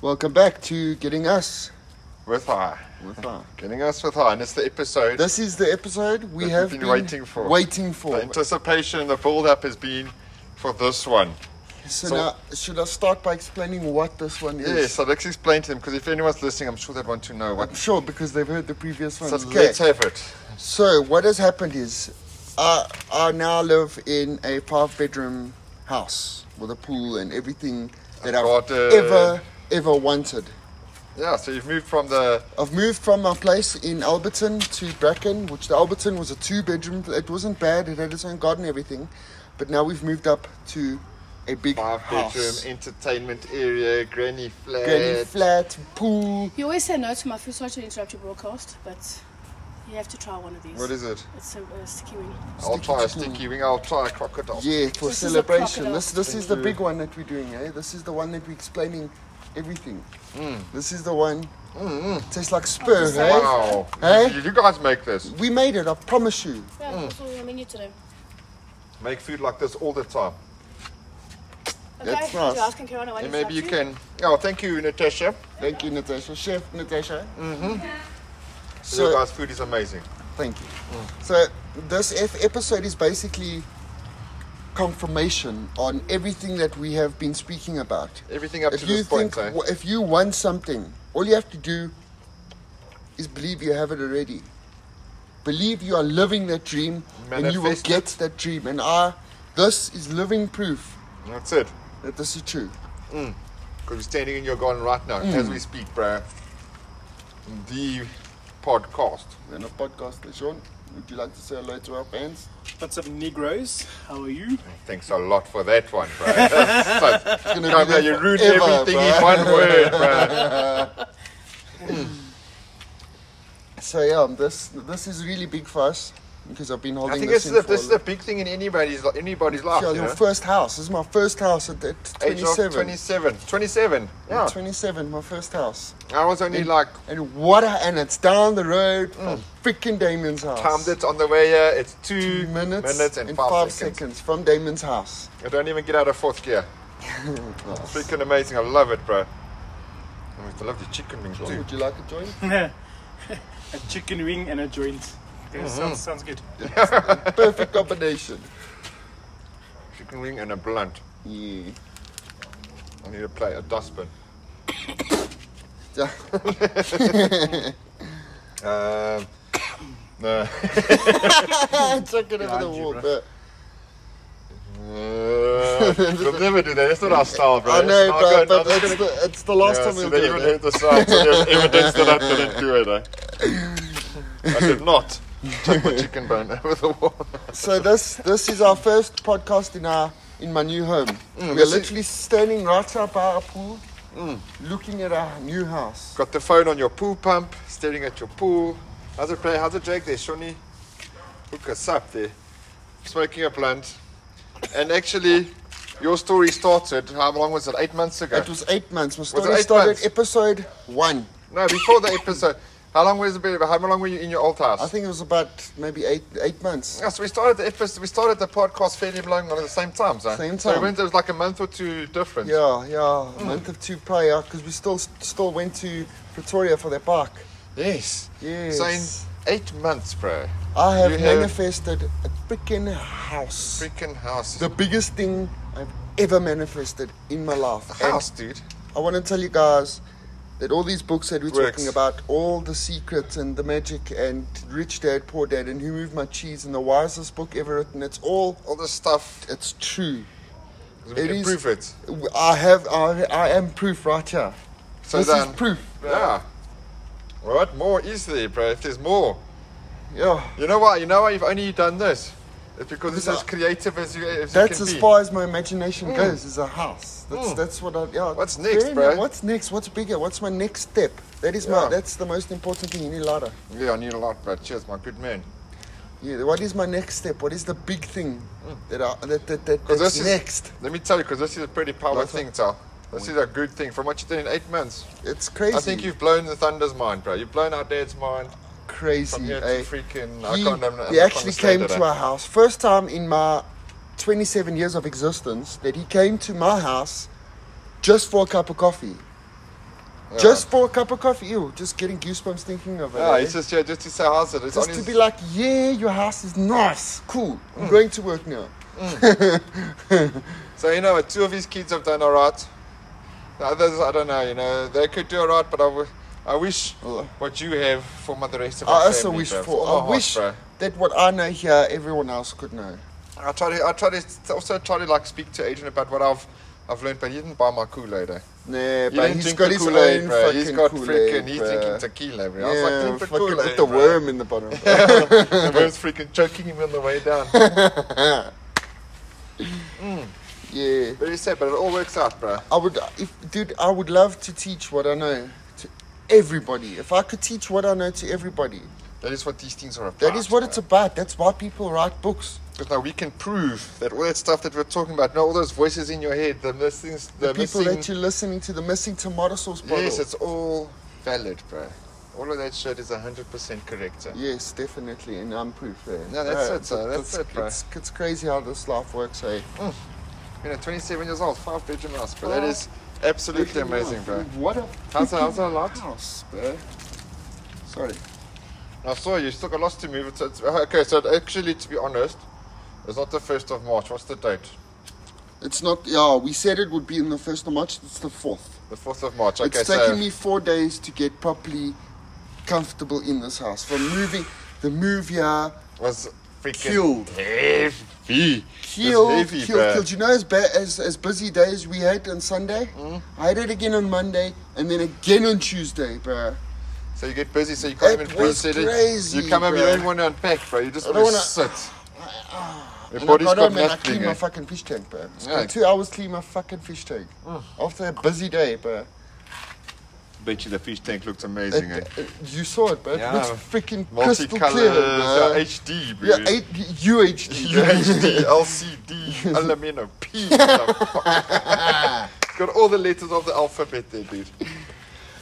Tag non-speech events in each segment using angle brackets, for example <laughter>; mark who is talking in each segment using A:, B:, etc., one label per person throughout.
A: Welcome back to Getting Us
B: with high.
A: with Ryan.
B: Getting us with high, and it's the episode
A: This is the episode we
B: That
A: have
B: you've been waiting for.
A: Waiting for.
B: the anticipation, the build-up has been for this one.
A: so,
B: so-
A: now, should I start by explaining what this one is?
B: Yes, so let's explain to them because if anyone's listening, I'm sure they'd want to know what.
A: I'm sure because they've heard the previous ones.
B: So
A: Okay.
B: let's have it.
A: So what has happened is, I I now live in a five bedroom house with a pool and everything that I've
B: Garden.
A: ever ever wanted.
B: Yeah, so you've moved from the
A: I've moved from my place in Alberton to Bracken, which the Alberton was a two bedroom. It wasn't bad. It had its own garden, and everything, but now we've moved up to a big
B: five-bedroom
A: house.
B: entertainment area, granny flat.
A: Granny flat, pool.
C: You always say no to my food. Sorry to interrupt your broadcast, but you have to try one of these.
B: What is it?
C: It's a, a sticky wing.
B: I'll
A: Sticky
B: try a
A: chicken.
B: sticky wing. I'll try a crocodile.
A: Yeah, for
C: This is a
A: celebration.
C: crocodile.
A: This this is the
B: Thank you.
A: big one that we're doing, eh? This is the one that we're explaining everything. This is the one. Tastes like sperm,
C: just
A: eh?
B: Wow.
A: Hey?
B: Did you guys make this?
A: We made it, I promise you.
C: Yeah,
B: Hmm.
C: that's all on the menu today.
B: Make food like this all the time.
C: Okay,
A: That's
C: do
A: nice.
C: you ask and Carolina what
B: And
C: it's
B: maybe you
C: like
B: can. Oh, thank you, Natasha.
A: Thank you, Natasha. Chef Natasha.
B: So,
A: So,
B: you guys' food is amazing.
A: thank you. So, this F episode is basically confirmation on everything that we have been speaking about.
B: Everything up
A: if
B: to
A: you
B: this point,
A: think
B: eh?
A: w- if you want something, all you have to do is believe you have it already. Believe you are living that dream, and you will
B: Manifest
A: get that dream. And I, this is living proof
B: That's it.
A: that this is true.
B: Because we're standing in your garden right now
A: Mm.
B: as we speak, bruh. The podcast.
A: We're in a podcast, Sean. Would you like to say hello to our fans?
D: What's up, Negroes? How are you?
B: Thanks a lot for that one,
A: <laughs>
B: bruh. That's so,
A: It's <laughs> gonna be
B: Come here,
A: there
B: you ruined
A: forever,
B: everything
A: bruh.
B: in one
A: <laughs>
B: word, bruh.
A: So yeah, um, this this is really big for us because I've been holding
B: I think
A: this
B: this
A: in
B: is, a,
A: for
B: this is
A: a
B: a big thing in anybody's, li- anybody's life.
A: Yeah,
B: you
A: your
B: know?
A: first house. This is my first house at, at
B: Age of
A: 27.
B: 27. 27.
A: At
B: Yeah.
A: 27, my first house.
B: I was only like,
A: And what? A, and it's down the road
B: Mm.
A: from freaking Damon's house.
B: timed it on the way here. It's two,
A: Two minutes,
B: and
A: and
B: five,
A: seconds.
B: seconds.
A: from Damon's house.
B: I don't even get out of fourth
A: <laughs>
B: gear.
A: Oh.
B: Freaking amazing. I love it, bro. I love the chicken wings
A: John,
B: too.
A: would you like a joint?
D: a chicken wing and a joint. Okay, sounds, sounds good.
A: Perfect combination.
B: Chicken wing and a blunt.
A: Yeah. <laughs>
B: I need to play a dustbin. Um,
A: uh, <coughs>
B: no.
A: Chucking over the
D: Behind you,
A: wall,
D: bruh.
A: but
B: we'll never do that. That's not our style, bro.
A: I know,
B: It's
A: bro,
B: not good.
A: but
B: I'm not
A: it's,
B: gonna-
A: the, it's the last
B: Yeah,
A: time
B: so
A: we'll
B: they
A: do
B: even
A: it.
B: heard the sound, so there's evidence that I didn't do it. Eh? I did not chuck my chicken bone <laughs> over the wall.
A: eh? So this this is our first podcast in our in my new home. We're
B: Mm, this is- Mm.
A: literally standing right up by our pool, looking at our new house.
B: Got the phone on your pool pump, staring at your pool. How's it play? How's it Jake there, Shawnee? Hook us up there. Smoking a blunt. And actually, your story started, how long was it? Eight months ago?
A: It was eight months. My
B: it
A: story
B: eight
A: started
B: months?
A: episode one.
B: No, before the episode. How long was it? been- How long were you in your old house?
A: I think it was about maybe eight eight months.
B: Yeah, so we started the episode, we started the podcast fairly long at the same time, so.
A: Same
B: So
A: time.
B: it, went, it was like a month or two difference.
A: Yeah, yeah,
B: Mm.
A: a month of two prior because we still still went to Pretoria for that park.
B: Yes.
A: Yes.
B: So in eight months, bro.
A: I have
B: You have-
A: manifested a freaking house.
B: Freaking house.
A: the biggest thing I've ever manifested in my life.
B: house, dude.
A: And I want to tell you guys that all these books that we're
B: Works.
A: talking about, all the secrets and the magic and Rich Dad Poor Dad and Who Moved My Cheese and the wisest book ever written, it's all
B: All this stuff.
A: it's true.
B: We
A: It
B: can
A: is-
B: prove it.
A: I have I, I am proof right here.
B: So
A: this
B: then,
A: is proof.
B: Yeah. What more is there, bro? If there's more,
A: Yeah.
B: you know why? You know why you've only done this? It's because it's
A: Because
B: as
A: I-
B: creative as you, as you
A: That's
B: can
A: as
B: be.
A: far as my imagination goes. Is a house. That's
B: Mm.
A: that's what I. Yeah,
B: What's
A: it's
B: next,
A: very-
B: bro?
A: What's next? What's bigger? What's my next step? That is my.
B: Yeah.
A: That's the most important thing. You need ladder.
B: Yeah, I need a lot, but cheers, my good man.
A: Yeah, what is my next step? What is the big thing that I, that that, that
B: Because
A: that's
B: this is
A: next?
B: Let me tell you, because this is a pretty powerful
A: That's a-
B: thing, Tal. This is a good thing. From what you did in eight months,
A: It's crazy.
B: I think you've blown the Thunder's mind, bro. You've blown our dad's mind
A: crazy.
B: from here
A: eh?
B: to freaking. I
A: he,
B: can't remember.
A: he
B: I can't
A: actually
B: understand
A: came
B: it, eh?
A: to our house first time in my 27 years of existence that he came to my house just for a cup of coffee. Just for a cup of coffee, ew, just getting goosebumps thinking of it.
B: Yeah,
A: eh?
B: it's just yeah, just to say how's it? It's
A: Just
B: on
A: to
B: his-
A: be like, yeah, your house is nice, cool. I'm
B: Hmm.
A: going to work now.
B: So you know, what, two of his kids have done alright. The others, I don't know. You know, they could do alright, but I wi- I wish what you have for my- the rest of my
A: I also
B: family,
A: wish
B: bro.
A: for,
B: It's all
A: I
B: hot,
A: wish
B: bro.
A: that what I know here, everyone else could know.
B: I try to, I try to s- also try to like speak to Adrian about what I've, I've learned, but he didn't buy my Kool Aid. Eh?
A: Nah,
B: He
A: but
B: didn't
A: he's
B: drink
A: got
B: the
A: his
B: Kool-Aid,
A: own
B: bro.
A: fucking
B: He's got
A: Kool-Aid,
B: freaking, he's
A: bro.
B: drinking tequila, bro.
A: Yeah,
B: I was like, drink the
A: fucking
B: Kool-Aid,
A: with the <laughs>
B: bro.
A: worm in the bottom.
B: the worm's freaking choking him on the way down.
A: <laughs> yeah.
B: Very sad, but it all works out, bro.
A: I would, if, dude, I would love to teach what I know to everybody. If I could teach what I know to everybody,
B: That is what these things are about.
A: that is what
B: bro.
A: it's about. That's why people write books.
B: Because now we can prove that all that stuff that we're talking about, now all those voices in your head, the missing,
A: The,
B: the,
A: people
B: missing,
A: that you're listening to, the missing tomato sauce bottle.
B: yes, it's all valid, bro. All of that shit is hundred percent correct. sir.
A: Yes, definitely, and I'm proof eh. there.
B: No, that's it, sir. That's it, bro.
A: It's, it's crazy how this life works, eh?
B: You know, twenty-seven years old, five-bedroom house, bro. That is absolutely amazing, bro.
A: What a
B: How's that? How's that lot?
A: house, bro. Sorry.
B: I saw you still got lots to move. It's, it's, okay, so it actually, to be honest, it's not the first of March. What's the date?
A: It's not, yeah, we said it would be in the 1st of March, it's the 4th.
B: The fourth of March. Okay,
A: it's
B: so
A: taken me four days to get properly comfortable in this house. From moving, the move here,
B: was freaking
A: Killed.
B: heavy. It's
A: killed,
B: heavy,
A: killed,
B: bro.
A: killed. You know, as, ba- as as busy days we had on Sunday,
B: Hmm?
A: I had it again on Monday, and then again on Tuesday, bro.
B: So you get busy, so you can't
A: It
B: even
A: was
B: consider.
A: crazy,
B: you come home, you
A: bro.
B: don't want to unpack, bro. You just
A: I
B: want
A: don't
B: to sit.
A: wanna-
B: Your
A: And I
B: body's
A: got
B: got
A: home and I
B: nothing.
A: cleaned my
B: eh?
A: fucking fish tank, bro. It's
B: Yeah.
A: been two hours clean my fucking fish tank after a busy day, bro.
B: Bet you the fish tank looks
A: It,
B: amazing. eh?
A: it- you saw it, bro. It
B: Yeah.
A: looks freaking crystal
B: Multicolours,
A: clear, bro.
B: uh, HD, bro.
A: yeah,
B: <laughs>
A: eight, UHD. bro.
B: UHD, LCD, aluminum, P.
A: <laughs>
B: motherfucker. It's got all the letters of the alphabet there, dude.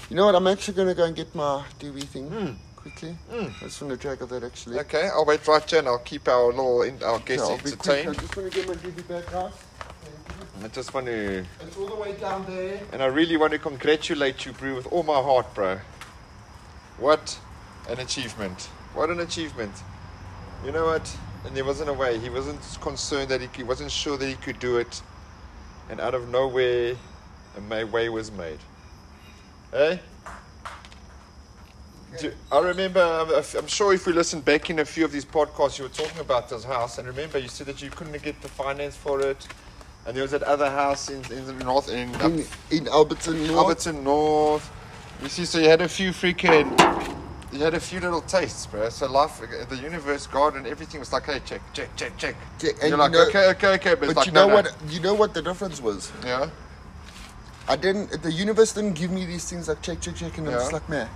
A: You know what? I'm actually gonna go and get my Dewey thing quickly. I just want to drag of that actually.
B: Hmm. Okay, I'll wait right here and I'll keep our law in our
A: Yeah,
B: guests
A: I'll be quick. I
B: entertained.
A: just want to get my Dewey back out.
B: I just want to,
A: It's all the way down there.
B: and I really want to congratulate you, bro, with all my heart, bro. What an achievement! What an achievement! You know what? And there wasn't a way. He wasn't concerned that he, he wasn't sure that he could do it, and out of nowhere, a ma- way was made. Hey. Do- I remember, I'm- I'm sure if we listened back in a few of these podcasts, you were talking about this house. And remember, you said that you couldn't get the finance for it. And there was that other house in, in the north, in, up
A: In, in Alberton North.
B: Alberton North. You see, so you had a few freaking, you had a few little tastes, bro. So life, the universe, God, and everything was like, hey, check, check, check, check.
A: Check, and
B: And
A: you
B: you're like,
A: know-
B: okay, okay, okay, but, it's
A: But
B: like,
A: you know
B: no,
A: what?
B: No.
A: You know what the difference was?
B: Yeah.
A: I didn't. The universe didn't give me these things like check, check, check, and I'm
B: Yeah.
A: just like, man,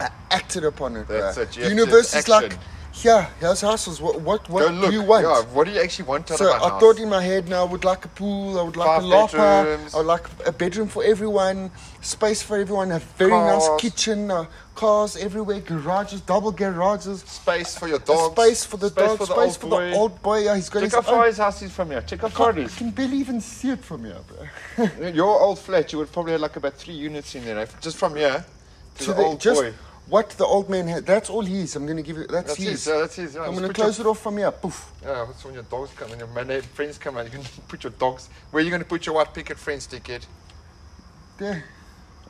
A: I acted upon it.
B: That's
A: bruh.
B: it, you
A: The
B: have to
A: universe is
B: action.
A: like, yeah, here's houses. What, what, what
B: Go
A: do
B: look.
A: you want?
B: Yeah, what do you actually want out
A: So
B: of a
A: I
B: house?
A: thought in my head, now I would like a pool, I would like
B: Five
A: a lapa,
B: bedrooms.
A: I would like a bedroom for everyone, space for everyone, a very
B: Cars.
A: nice kitchen, uh, cars everywhere, garages, double garages,
B: space for your
A: a
B: dog.
A: space for the dog, space
B: old
A: for the old Oh. boy. Yeah, he's got
B: Check
A: his
B: how far
A: own.
B: his house is from here. Check how far
A: God,
B: it
A: I <laughs>
B: is.
A: can barely even see it from here, bro. <laughs>
B: Your old flat, you would probably have like about three units in there. eh? Just from here to, the, old
A: just
B: boy.
A: what the old man had. That's all he is. I'm going to give it. That's,
B: That's
A: his.
B: his. yeah, That's his. yeah.
A: I'm
B: Just
A: going to
B: put your-
A: close it off from here. Poof.
B: Yeah, that's when your dogs come, when your man- eh, friends come around, you can <laughs> put your dogs. Where are you going to put your white picket fence, ticket?
A: There.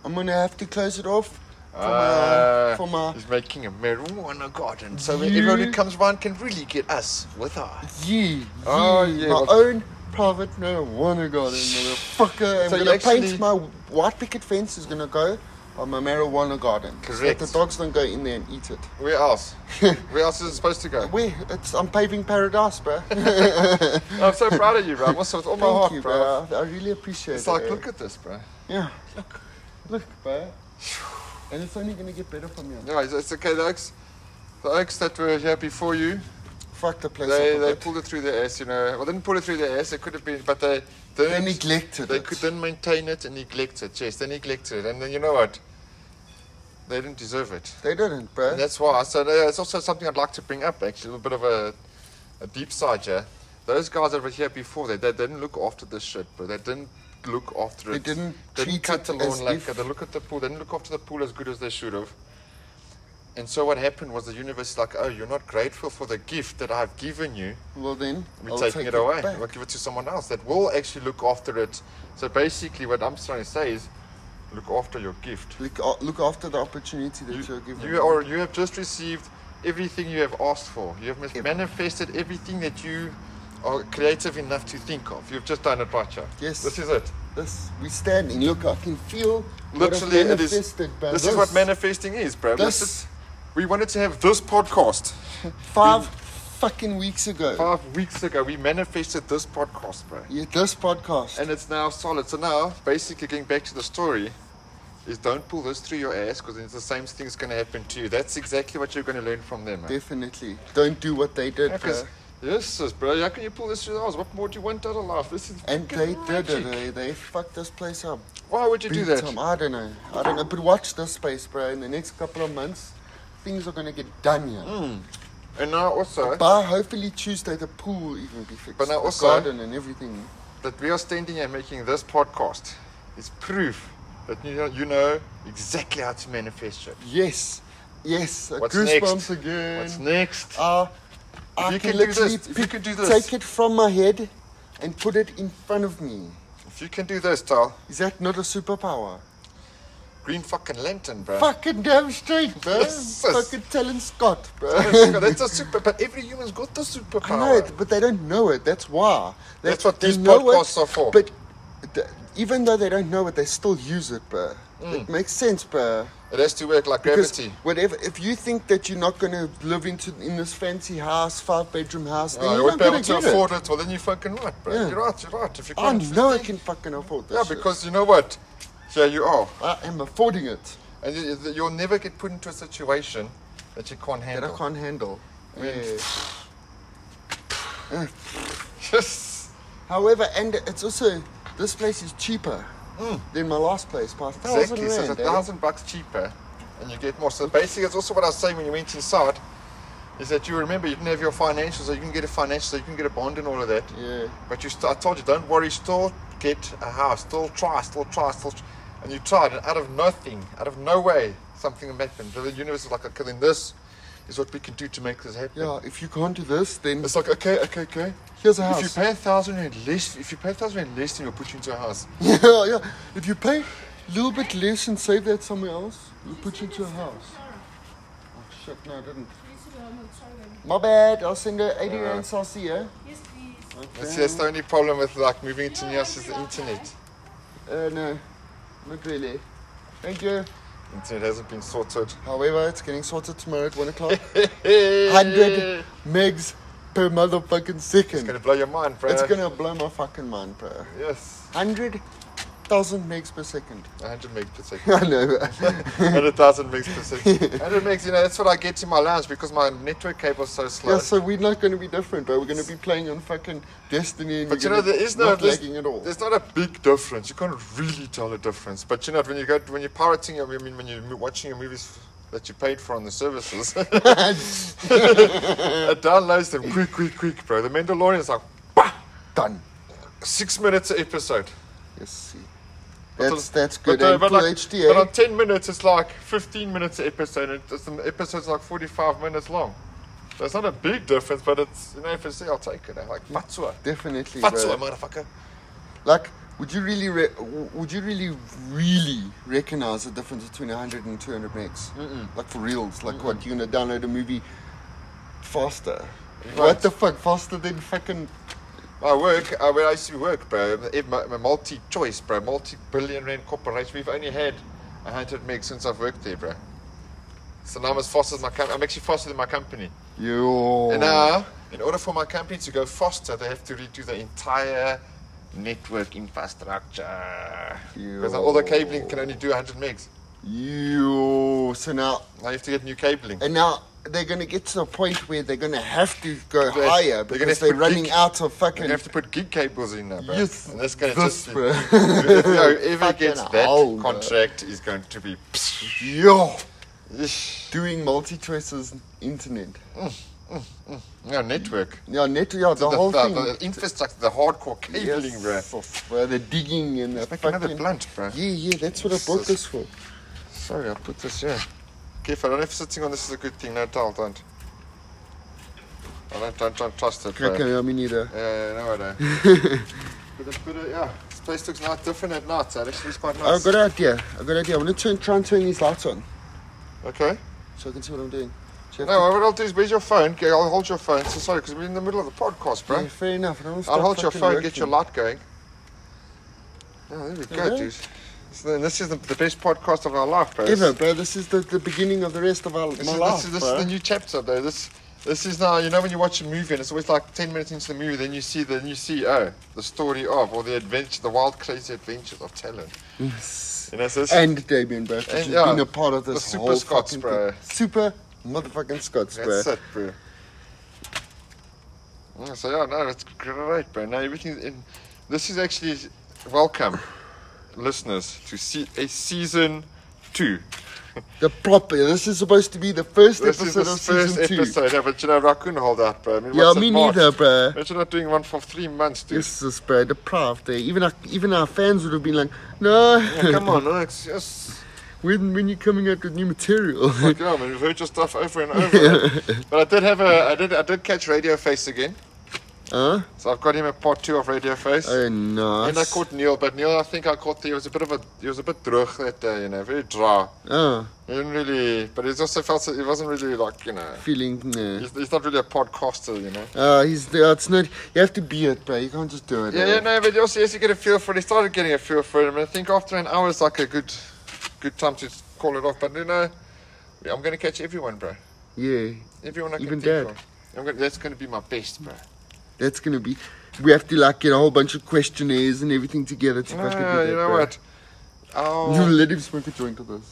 A: I'm going to have to close it off from my.
B: Ah,
A: From uh, my
B: He's making a marijuana garden so that
A: You-
B: everyone who comes round can really get us with us.
A: Yee.
B: Oh,
A: yee.
B: yeah,
A: My
B: well-
A: own private marijuana garden, motherfucker. I'm
B: So you
A: gonna
B: actually-
A: paint my white picket fence is gonna go on my marijuana garden. So that
B: Correct.
A: the dogs don't go in there and eat it.
B: Where else? <laughs> Where else is it supposed to go?
A: Where? It's I'm paving paradise,
B: <laughs>
A: bro. Thank
B: I'm so proud of you, bro. I'm also with all my heart,
A: you,
B: bro.
A: bro. I really appreciate
B: It's
A: it.
B: like,
A: eh.
B: look at this, bro.
A: Yeah. Look. Look, bro. And it's only gonna get better from here.
B: No, it's, it's okay. The oaks, the oaks that were here before you,
A: Fuck the place.
B: they,
A: up a
B: they
A: bit.
B: pulled it through their ass, you know. Well, they didn't pull it through their ass. They could have been, but they
A: They
B: didn't.
A: neglected
B: They
A: it.
B: couldn't maintain it and neglect it. Yes, they neglected it, and then you know what? They didn't deserve it.
A: They didn't, bro.
B: And that's why. So uh, it's also something I'd like to bring up, actually, a little bit of a, a deep side here. Those guys that were here before, they, they didn't look after this shit, but they didn't look after it.
A: They didn't treat
B: cut the
A: it
B: lawn
A: as
B: like
A: if-
B: they look at the pool. They didn't look after the pool as good as they should have. And so what happened was the universe is like, oh, you're not grateful for the gift that I've given you.
A: Well, then
B: We're
A: I'll
B: taking
A: take
B: it away.
A: back.
B: We'll give it to someone else that will actually look after it. So basically, what I'm trying to say is, look after your gift.
A: Look, a- look after the opportunity that you, are
B: You,
A: given.
B: you are you have just received everything you have asked for. You have mas- manifested everything that you are creative enough to think of. You've just done it, right, Joe?
A: Yes.
B: This is it.
A: This we standing. Look, I can feel what I've
B: Literally, it is. This,
A: manifested by
B: is what manifesting is, bro. This,
A: This-
B: is, we wanted to have this podcast
A: Five fucking weeks ago.
B: five weeks ago. We manifested this podcast, bro.
A: Yeah, this podcast.
B: And it's now solid. So now, basically, getting back to the story, is don't pull this through your ass because it's the same thing's going to happen to you. That's exactly what you're going to learn from them. Man.
A: Definitely. Don't do what they did.
B: Because
A: bro.
B: yes, sis, bro, how can you pull this through the ass? What more do you want out of life? This is
A: And they
B: fucking
A: did it.
B: magic.
A: They, they fucked this place up.
B: Why would you do
A: Big
B: that?
A: time. I don't know. I don't know. But watch this space, bro. In the next couple of months, things are going to get done here.
B: Mm. And now also
A: By hopefully Tuesday, the pool will even be fixed.
B: But now
A: The
B: also-
A: garden and everything.
B: that we are standing here making this podcast is proof that you know, you know exactly how to manifest it.
A: Yes. Yes. uh,
B: What's
A: Goosebumps
B: next?
A: again.
B: What's next?
A: Uh, I
B: you
A: can,
B: can do this,
A: literally
B: if you
A: pick-
B: can do this.
A: take it from my head and put it in front of me.
B: if you can do this, Tal,
A: Is that not a superpower?
B: green fucking lantern, bro.
A: Fucking damn <laughs> straight, bro.
B: Yes.
A: Fucking telling Scott, <laughs> bro.
B: <laughs> That's a super. But every human's got the superpower.
A: I know it, but they don't know it. That's why. They-
B: That's what
A: they
B: these
A: know it,
B: podcasts are for.
A: But th- even though they don't know it, they still use it, bro. It makes sense, bro.
B: It has to work like
A: Because
B: gravity.
A: whatever, if you think that you're not going to live into in this fancy house, five bedroom house, then
B: Oh, you
A: you're
B: won't
A: not
B: be able
A: going
B: to
A: to get it.
B: afford it. Well, then you're fucking right, bro.
A: Yeah.
B: You're right. You're right. If you
A: I
B: can't,
A: know I can fucking afford this.
B: yeah,
A: shit.
B: because you know what? Here you are,
A: I am affording it
B: and you, you'll never get put into a situation that you can't
A: that I
B: handle.
A: can't handle. Yeah.
B: <laughs> Yes.
A: However, and it's also this place is cheaper than my last place by a thousand
B: Hmm. Exactly, so it's a
A: rand. eh?
B: thousand bucks cheaper and you get more. So basically, it's also what I was saying when you went inside is that you remember you didn't have your financials, so you can get a financial, so you can get a bond and all of that.
A: Yeah.
B: But you still, I told you, don't worry, still get a house, still try, still try, still try. And you tried, and out of nothing, out of no way, something happened. The universe is like, okay, then this is what we can do to make this happen.
A: Yeah, if you can't do this, then <laughs>
B: It's like, okay, okay, okay.
A: Here's a
B: If
A: house.
B: you pay a thousand rand less, if you pay a thousand rand less, then we'll put you into a house.
A: yeah, yeah. If you pay a little bit less and save that somewhere else, we'll put you into a house. Oh shit, no, I didn't. My bad, I'll send her 80 rand, so I'll see you.
C: Yes, please.
B: That's, that's the only problem with like moving into new house is the internet.
A: Uh, no, not really. Thank you.
B: Internet hasn't been sorted.
A: However, it's getting sorted tomorrow at 1
B: <laughs>
A: o'clock.
B: Hundred.
A: 100 megs per motherfucking
B: It's
A: second.
B: gonna blow your mind, bro.
A: It's gonna blow my fucking mind, bro.
B: Yes.
A: 100,000 megs per second. <laughs>
B: 100 megs per second.
A: I know. bro.
B: 100,000 megs per <laughs> second. 100 megs, you know, that's what I get to my lounge because my network cable's so slow.
A: Yeah, so we're not going to be different, bro. We're going to be playing on fucking Destiny. And
B: but
A: we're
B: you know,
A: gonna
B: there is no
A: not
B: there's,
A: lagging at all.
B: there's not a big difference. You can't really tell the difference. But you know, when you go when you're pirating, I mean, when you're mo- watching your movies that you paid for on the services, <laughs> it downloads them quick, quick, quick, bro. The Mandalorian's like bah,
A: Done.
B: six minutes an episode.
A: Yes, see.
B: But
A: That's
B: on-
A: that's good.
B: But, uh,
A: and
B: but
A: full
B: like,
A: HD, eh?
B: but on 10 minutes, it's like 15 minutes an episode. and It's, an episode's like 45 minutes long. So it's not a big difference, but it's, you know, if it's there, I'll take it. eh? Like,
A: Mm.
B: Matsua.
A: Definitely,
B: Matsua,
A: bro.
B: motherfucker.
A: Like, would you really, re- w- would you really, really recognize the difference between 100 and 200 megs? Like for reals. Like what? You're gonna download a movie faster? What
B: won't.
A: the fuck? Faster than fucking?
B: I work, I, where I used to work, bro, in my, my multi choice, bro, multi billion rand corporation. We've only had 100 meg since I've worked there, bro. So now I'm as fast as my company. I'm actually faster than my company.
A: Yo.
B: And uh, now, in order for my company to go faster, they have to redo the entire network infrastructure. Because all the cabling can only do 100 megs.
A: Yo. So now
B: Now you have to get new cabling.
A: And now they're going to get to a point where they're going to have to go
B: They're-
A: higher
B: they're gonna
A: because
B: have to
A: they're running
B: dig-
A: out of
B: You're going
A: fucking. <laughs>
B: to have to put gig cables in now, bro.
A: Yes,
B: And that's going to
A: this,
B: just...
A: bro.
B: <laughs> If you ever
A: Fucking
B: gets that
A: hell, bro.
B: contract is going to be...
A: Yo, doing multi choices internet.
B: Yeah, network.
A: Yeah, net, yeah, the,
B: The,
A: whole
B: the-
A: thing.
B: the infrastructure, the hardcore cabling,
A: Yes,
B: bro.
A: of, uh, the digging and the
B: Let's make another
A: fucking-
B: blunt, bro.
A: Yeah, yeah, that's what I bought this for.
B: Sorry, I put this here. Careful, I don't know if sitting on this is a good thing. No, don't, don't. I don't, don't, don't trust it, bro.
A: Cracker, yeah, me neither.
B: Yeah, yeah, no,
A: <laughs>
B: I don't. er but I put it, yeah. This place looks not different at night, so it actually looks quite
A: I've
B: nice.
A: got an idea. I've got an idea. I'm gonna turn, try and turn these lights on
B: Okay.
A: so I can see what I'm doing. So you have
B: No, what I'll do is, where's your phone? Okay, I'll hold your phone. So sorry, because we're in the middle of the podcast,
A: to-
B: bro.
A: Yeah, fair enough. I don't wanna
B: I'll
A: start
B: hold your
A: fucking
B: phone,
A: working.
B: get your light going. Yeah, there we go,
A: Okay.
B: dude. So then this is the, the best podcast of our life, bro.
A: Ever, bro. This is the, the beginning of the rest of our
B: This,
A: my
B: is,
A: life,
B: this, is, this
A: bro.
B: is the new chapter, though. This this is now, you know, when you watch a movie and it's always like 10 minutes into the movie, then you see, then you see, oh, the story of, or the adventure, the wild, crazy adventures of Talon. You know, so this,
A: and Damien, bro,
B: And,
A: who's
B: yeah,
A: been a part of
B: the
A: this
B: super
A: whole
B: Scots,
A: fucking
B: bro.
A: thing. Super motherfucking Scots, bro.
B: That's it, bro. Mm, So yeah, no, it's great, bro. Now everything's in. This is actually welcome, listeners, to see a season two.
A: The proper. This is supposed to be the first
B: This is
A: episode
B: the
A: of
B: first
A: season two.
B: episode, yeah, but you know, I couldn't hold out, bro. I mean,
A: Yeah,
B: what's
A: me
B: it, March?
A: neither, bro.
B: But you're not doing one for three months, dude.
A: This is bro, deprived. Eh? Even our, even our fans would have been like, no. <laughs>
B: Yeah, come on, Alex. Yes.
A: when when you coming out with new material? <laughs>
B: Fuck yeah, man. We've heard your stuff over and over. but I did have a, I did, I did catch Radio Face again.
A: huh?
B: So I've got him a part two of Radio Face.
A: Oh, nice.
B: And I caught Neil, but Neil, I think I caught he was a bit of a he was a bit droog that day, you know, very dry.
A: Oh,
B: He didn't really, but he's also felt he wasn't really like you know,
A: feeling. Nah.
B: he's, he's not really a podcaster, you know.
A: Uh, he's uh, it's not. You have to be it, bro. You can't just do it.
B: Yeah,
A: eh?
B: yeah, no, but also yes, you get a feel for it. He started getting a feel for it, and I think after an hour is like a good, good time to call it off. But you know, yeah, I'm gonna catch everyone, bro.
A: Yeah,
B: Everyone I can
A: Even Dad.
B: think of. I'm gonna, that's gonna be my best, bro.
A: that's gonna be. We have to like get a whole bunch of questionnaires and everything together to
B: No,
A: fucking do that,
B: Ah, you know
A: bro.
B: what? Oh,
A: <laughs> You let him smoke a joint of <laughs> this.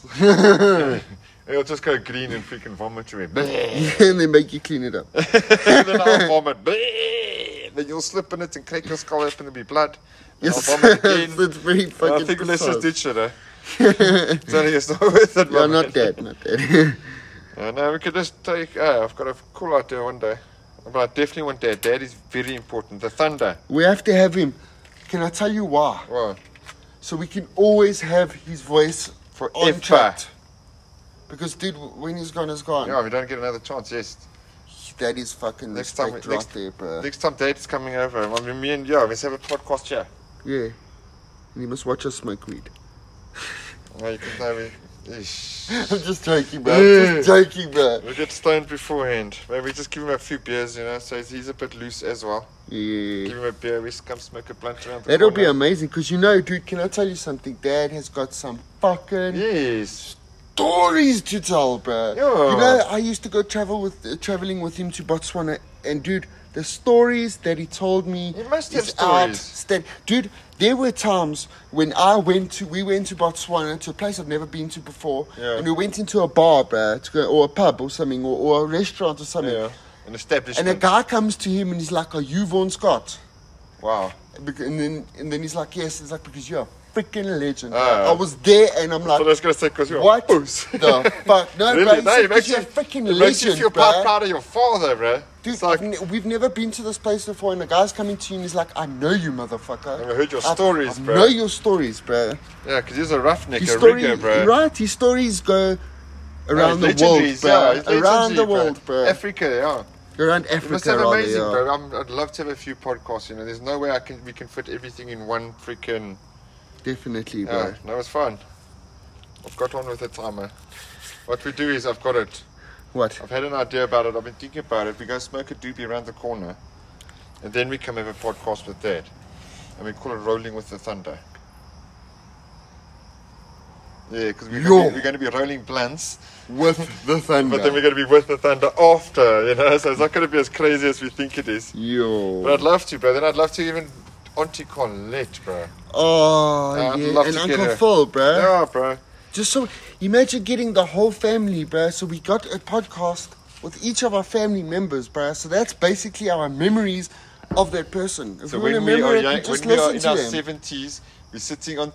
B: it'll just go green and freaking vomit to me.
A: and they make you clean it up.
B: and
A: <laughs>
B: then I'll vomit. Bleh. Then you'll slip in it and crack your skull open and be blood. Then
A: Yes, <laughs>
B: I'll vomit again.
A: it's very
B: And
A: fucking.
B: I think let's
A: <laughs>
B: just
A: precise.
B: ditch it, eh? it's only it's not <laughs> worth it,
A: Yeah,
B: man.
A: not that, <laughs> not that.
B: Uh, no, we could just take. Uh, I've got a cool idea one day. But I definitely want dad. Dad is very important. The thunder.
A: we have to have him. Can I tell you why?
B: Wow.
A: So we can always have his voice
B: For
A: on
B: ever.
A: chat. Because dude, when he's gone, he's gone.
B: Yeah, we don't get another chance. Yes.
A: That is fucking
B: Next time,
A: respect
B: we-
A: right
B: next,
A: there, bro.
B: next time dad's coming over. I mean, me and yeah, let's have a podcast here.
A: Yeah. And you must watch us smoke
B: <laughs>
A: weed.
B: Yeah, you can have it.
A: <laughs>
B: Ish.
A: I'm just joking, bro. I'm just joking, bro.
B: We get stoned beforehand. Maybe just give him a few beers, you know, so he's- he's a bit loose as well.
A: Yeah.
B: Give him a beer, we come smoke a blunt around the
A: That'll be
B: corner.
A: amazing because you know, dude, can I tell you something? Dad has got some fucking
B: Yes.
A: stories to tell, bro.
B: Yeah.
A: You know, I used to go travel with uh, traveling with him to Botswana, and dude, the stories that he told me.
B: You must have
A: is
B: stories.
A: outsta- dude. There were times when I went to, we went to Botswana to a place I've never been to before,
B: Yeah.
A: and we went into a bar, bro, to go, or a pub or something, or, or a restaurant or something.
B: Yeah. An establishment.
A: And a guy comes to him and he's like, "Oh, "Are you Vaughn Scott?"
B: Wow.
A: Bec- And then and then he's like, "Yes." He's like, "Because you're a freaking legend."
B: Ah.
A: I was there, and I'm like,
B: But I was going to say, because you're
A: what
B: a puss. <laughs>
A: the fuck? No,
B: Really?
A: bro, it's
B: No,
A: like
B: it makes
A: you're
B: you,
A: a freaking
B: it makes you
A: legend,
B: feel
A: bruh.
B: proud, proud of your father, bro.
A: Dude,
B: it's like,
A: I've ne- we've never been to this place before, and the guy's coming to you and he's like, "I know you, motherfucker.
B: I've heard your
A: I-
B: stories,
A: I
B: bruh."
A: know your stories, bro.
B: yeah, because he's a roughneck,
A: His
B: a
A: story,
B: rigger, bro.
A: right? His stories go around the
B: He's
A: world,
B: legendaries, yeah,
A: bro.
B: he's
A: around the
B: legendary, bruh.
A: world, bro.
B: Africa, yeah.
A: around
B: It must
A: Africa,
B: have
A: rather,
B: amazing,
A: yeah.
B: bro. I'm, I'd love to have a few podcasts, you know. There's no way I can we can fit everything in one freaking.
A: Definitely, bro.
B: Yeah, no, it's fine. I've got one with a timer. What we do is, I've got it.
A: What?
B: I've had an idea about it. I've been thinking about it. We go smoke a doobie around the corner, and then we come have a podcast with Dad, and we call it Rolling with the Thunder. Yeah, because we're,
A: Yo.
B: gonna be- we're going to be rolling blunts,
A: With the thunder.
B: but then we're going to be with the thunder after, you know. So it's not going to be as crazy as we think it is.
A: Yo.
B: But I'd love to, bro. Then I'd love to even Auntie Colette, bro.
A: oh,
B: I'd
A: yeah.
B: love
A: And
B: to get
A: Uncle
B: her.
A: Phil, bro.
B: Yeah, bro.
A: Just so imagine getting the whole family, bruh. So we got a podcast with each of our family members, bruh. So that's basically our memories of that person. If
B: So
A: we
B: when
A: want to
B: we
A: remember
B: are
A: it, we
B: young,
A: just
B: when we are
A: listen
B: in our
A: to them.
B: seventies, we're sitting on,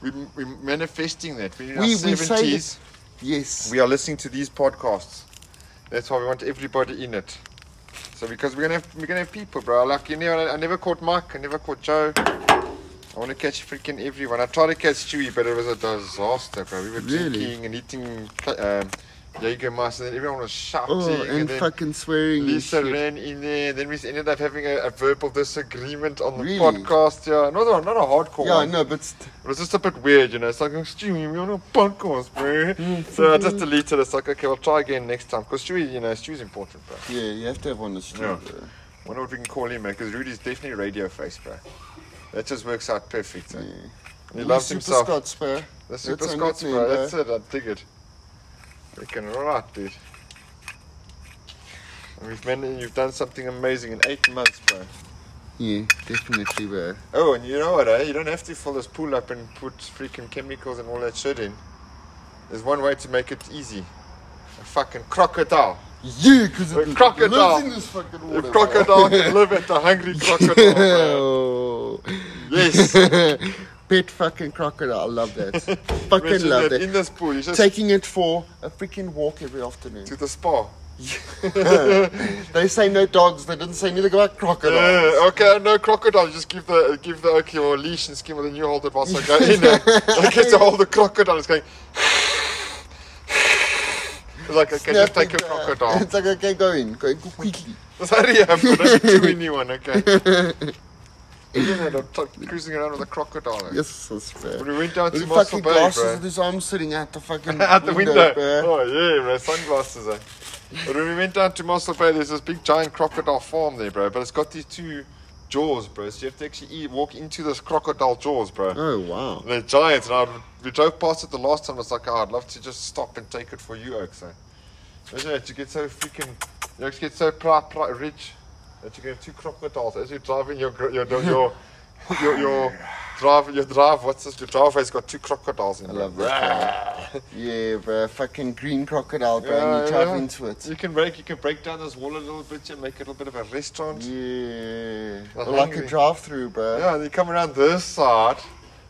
B: we we're manifesting that. We're in
A: We-
B: our
A: we say
B: seventies.
A: Yes.
B: We are listening to these podcasts. That's why we want everybody in it. So because we're gonna have, we're gonna have people, bro. Like you know, I, I never caught Mike. I never caught Joe. I want to catch freaking everyone. I tried to catch Stewie, but it was a disaster, bro. We were
A: Really?
B: drinking and eating pla- um, Jaeger mice, and then everyone was shouting.
A: Oh, and
B: then
A: fucking swearing. and
B: Lisa
A: shit.
B: ran in there, and then we ended up having a, a verbal disagreement on the
A: Really?
B: podcast. Yeah, not a, not a hardcore
A: Yeah, I
B: one.
A: know, but st-
B: It was just a bit weird, you know. It's like, oh, Stewie, we're on a podcast,
A: <laughs>
B: bro. so I just deleted it. It's like, okay, I'll try again next time. Because Stewie, you know, Stewie's important, bro.
A: yeah, you have to have one that's
B: Yeah.
A: true. bro.
B: Wonder what we can call him, man, because Rudy's definitely radio face, bro. That just works out perfect. eh?
A: Yeah.
B: He loves
A: Super
B: himself.
A: Scots, bro.
B: The
A: That's
B: Super
A: our
B: Scots,
A: nickname,
B: bro.
A: bro.
B: That's it. I dig it. Freaking right, dude. And We've man- you've done something amazing in eight months, bro.
A: Yeah, definitely, bro.
B: Oh, and you know what, eh? You don't have to fill this pool up and put freaking chemicals and all that shit in. There's one way to make it easy. A fucking crocodile.
A: Yeah, because
B: A crocodile.
A: lives in this fucking
B: The
A: water. bro.
B: crocodile can live at the hungry
A: <laughs>
B: crocodile. bro.
A: Oh.
B: Yes.
A: Pet fucking crocodile. I love
B: <laughs>
A: that. fucking
B: Imagine
A: love
B: that
A: that.
B: in this pool. You just
A: Taking it for a freaking walk every afternoon.
B: to the spa.
A: they say no dogs. They didn't say anything about crocodiles.
B: Yeah, okay, no crocodile. You just give the give the okay or leash and skin, and then you hold it whilst I go
A: <laughs>
B: in there. I get to hold the crocodile. It's going. <laughs> It's like okay, just
A: Snapping,
B: take your
A: bro. <laughs>
B: crocodile.
A: It's like okay, go in, go in quickly.
B: Just hurry up, don't do anyone. Okay. Isn't it? I'm t- cruising around with a crocodile.
A: Yes, yes, bro.
B: When we went down to
A: With
B: Mossel
A: fucking
B: Bay,
A: glasses
B: bro.
A: with his arms sitting out the fucking
B: <laughs> out the window.
A: bro.
B: Oh yeah, bro, sunglasses. Eh? But when we went down to Mossel Bay, there's this big giant crocodile farm there, bro. But it's got these two jaws, bro. So you have to actually eat, walk into this crocodile jaws, bro.
A: Oh wow.
B: They're giants, and I we drove past it the last time. I was like, oh, I'd love to just stop and take it for you, Oaks. Eh? Imagine that you get so freaking, you actually get so proud, proud, rich that you can have two crocodiles as you're driving your gr- your your your your, your drive your drive. What's this? Your driveway's got two crocodiles in it.
A: love that, Yeah, bro. Fucking green crocodile, bro. and you
B: Yeah,
A: drive
B: yeah.
A: into it.
B: You can break you can break down this wall a little bit and make it a little bit of a restaurant.
A: Yeah.
B: Yeah, I'm
A: like
B: hungry.
A: a drive-through, bro.
B: and you come around this side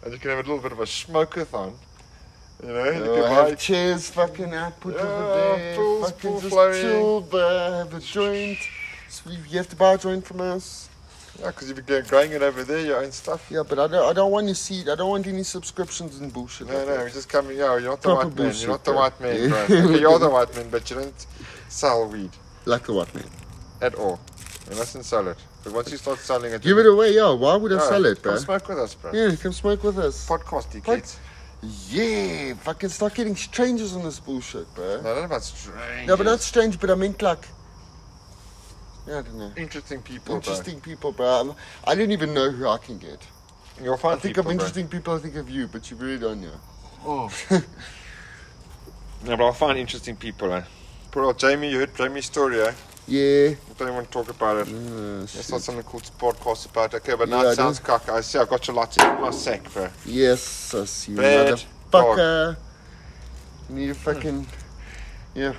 B: and you can have a little bit of a smoke-a-thon. You know, and you
A: Oh,
B: can
A: have
B: buy-
A: chairs fucking output over
B: Yeah,
A: there.
B: pools,
A: fucking
B: pool
A: just
B: flowing.
A: chill, bro. Have a joint. So you have to buy a joint from us.
B: yeah, because you've been growing it over there, your own stuff.
A: Yeah, but I don't. I don't want to see. I don't want any subscriptions and bullshit.
B: No,
A: like
B: no,
A: that.
B: we're just coming. Yeah, you're not the
A: Proper
B: white man. You're
A: bullshit,
B: not the
A: bro.
B: white man, bro.
A: Yeah.
B: Okay,
A: <laughs>
B: you're the white man, but you don't sell weed
A: Like the what, man?
B: at all. You mustn't sell it. But once you start selling it,
A: Give it away, yeah. Why would I
B: Yeah,
A: sell it, bro?
B: Come smoke with us, bro.
A: Yeah, come smoke with us.
B: Podcast, you kids.
A: Yeah, fucking start getting strangers on this bullshit, bro.
B: No, I don't know about strange.
A: No, but not strange, but I meant like. Yeah, I don't know.
B: interesting people,
A: Interesting people, bro. I'm, I don't even know who I can get.
B: bro. You'll
A: I
B: find
A: think
B: people,
A: of
B: bro.
A: interesting people, I think of you, but you really don't know.
B: No, but I find interesting people, eh? Poor old Jamie, you heard Jamie's story, eh?
A: Yeah.
B: I don't want to talk about it.
A: Uh,
B: That's
A: shit.
B: not something called podcast about. Okay, but now
A: Yeah, I
B: it sounds cock. I see I've got your lights in my sack, bro.
A: Yes, I see. you,
B: Bad
A: Motherfucker. You need a fucking. Yeah.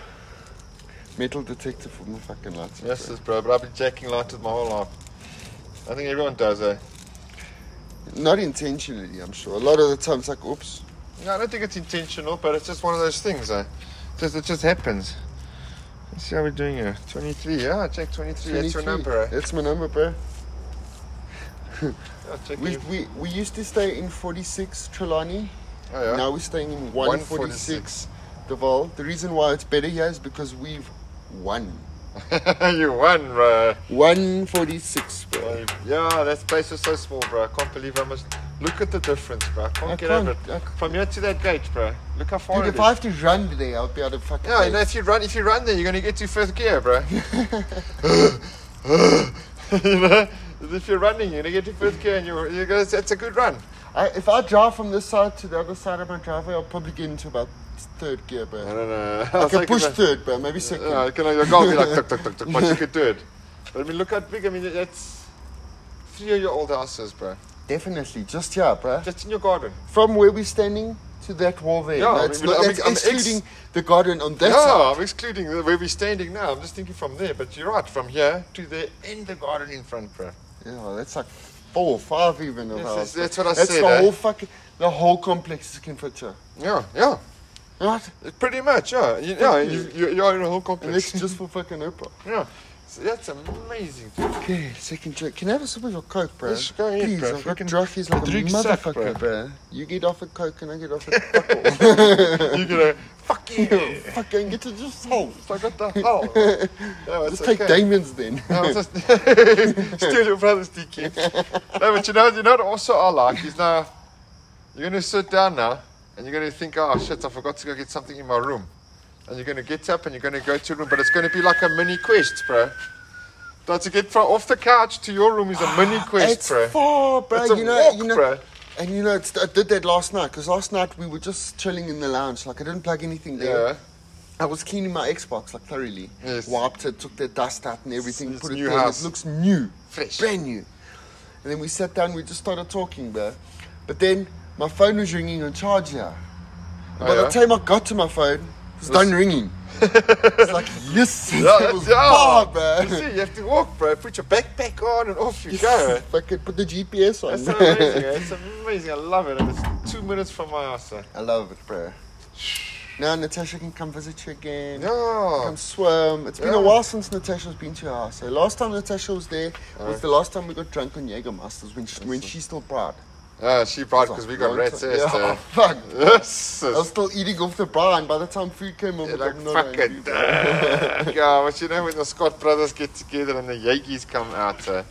A: Metal detector for the fucking lights.
B: Yes, this, bro, but I've been jacking lights my whole life. I think everyone does, eh?
A: Not intentionally, I'm sure. A lot of the time it's like, oops.
B: No, I don't think it's intentional, but it's just one of those things, eh? Just, it just happens. Let's see how we're doing here. 23, yeah, I checked 23. That's your
A: 23.
B: number, eh?
A: That's my number, bro.
B: I'll check
A: We,
B: you.
A: we, we used to stay in 46 Trelawney.
B: Oh, yeah.
A: Now we're staying in
B: 146.
A: 146 Duval. The reason why it's better here is because we've won. <laughs>
B: you <laughs> won, bro.
A: 146, bro.
B: Yeah, that place was so small, bro. I can't believe I must. Look at the difference, bro. I can't
A: I
B: get
A: can't-
B: over it.
A: I c-
B: From here to that gate, bro. Look how far
A: Dude,
B: it
A: if
B: is.
A: I have to run today, I'll be able to fucking.
B: Yeah, you know, if you run, if you run there, you're gonna get to first gear, bro. <laughs> you know, if you're running, you're gonna get to first gear, and you're, you're gonna. That's a good run.
A: I, if I drive from this side to the other side of my driveway, I'll probably get into about third gear, bro.
B: <laughs> I don't know.
A: I
B: was
A: can
B: like,
A: push
B: you know,
A: third, bro. Maybe second.
B: Yeah, you can, your goal be like tuk tuk tuk tuk, but you could do it. But I mean, look how big. I mean, that's three of your old houses, bro.
A: Definitely, just here, bro.
B: Just in your garden.
A: From where we're standing to that wall there.
B: Yeah,
A: No,
B: I
A: it's
B: mean,
A: not,
B: I mean,
A: that's
B: I'm ex-
A: excluding the garden on that side.
B: yeah, I'm excluding the- where we're standing now. I'm just thinking from there, but you're right. From here to there, in the garden in front, bro.
A: Yeah, that's like four, five even of
B: Yes,
A: ours.
B: yes, that's what I
A: that's
B: said,
A: the
B: eh?
A: whole fucking, the whole complex is Kinfitcher.
B: Yeah, yeah.
A: Right?
B: Pretty much, yeah. You, yeah, you, you, you're in a whole
A: And
B: complex.
A: it's just for fucking Oprah.
B: Yeah. So that's amazing, dude.
A: Okay, second drink. Can I have a sip of your coke, bro?
B: Yes, go ahead,
A: Please,
B: bro.
A: I've got
B: Fucking
A: druffies like a
B: drink sack,
A: motherfucker,
B: bro.
A: bro. You get off a coke and I get off
B: <laughs>
A: a buckle.
B: You know, fuck
A: <laughs>
B: you.
A: Fucking get to just hold.
B: So I
A: <laughs>
B: got the hell. No, it's
A: Let's take
B: okay.
A: Damien's
B: <laughs>
A: then.
B: No, it's just- <laughs> Steal your brother's ticket. No, but you know, you know what also I like is now you're gonna sit down now and you're gonna think, oh shit, I forgot to go get something in my room. And you're gonna get up and you're gonna go to your room, but it's gonna be like a mini quest, bro. Now to get from off the couch to your room is
A: <gasps>
B: a mini quest,
A: it's
B: bro.
A: far, bro.
B: It's a
A: you know,
B: walk,
A: you know,
B: bro.
A: and you know, it's, I did that last night because last night we were just chilling in the lounge. Like I didn't plug anything there.
B: Yeah.
A: I was cleaning my Xbox like thoroughly.
B: Yes.
A: Wiped it, took the dust out and everything,
B: It's
A: put it
B: new
A: there. and
B: house.
A: It looks new,
B: Fresh.
A: brand new. And then we sat down. We just started talking, bro. But then my phone was ringing on charge here.
B: Oh,
A: By
B: yeah?
A: the time I got to my phone, it was done
B: <laughs>
A: ringing. it's like yes,
B: Yeah,
A: it was
B: yeah.
A: far, bro.
B: You see, you have to walk, bro. Put your backpack on and off
A: <laughs>
B: you
A: Yes.
B: go.
A: Fucking put the GPS on.
B: That's so amazing. eh? It's amazing. I love it. And it's two minutes from my house. eh?
A: <laughs> I love it, bro. Now Natasha can come visit you again.
B: Yeah.
A: Come swim. It's been
B: Yeah.
A: a while since Natasha's been to our house. So last time Natasha was there
B: Uh-huh.
A: was the last time we got drunk on Jägermasters when she, when she's still proud.
B: Ah, she brought because we got rat's ass.
A: Yeah, <laughs>
B: eh?
A: fuck.
B: <laughs> Yes.
A: I was still eating off the bar, and by the time food came over,
B: You're like,
A: I'm not
B: fuck
A: angry,
B: it.
A: bro.
B: yeah, but you know when the Scott brothers get together and the Yankees come out, eh?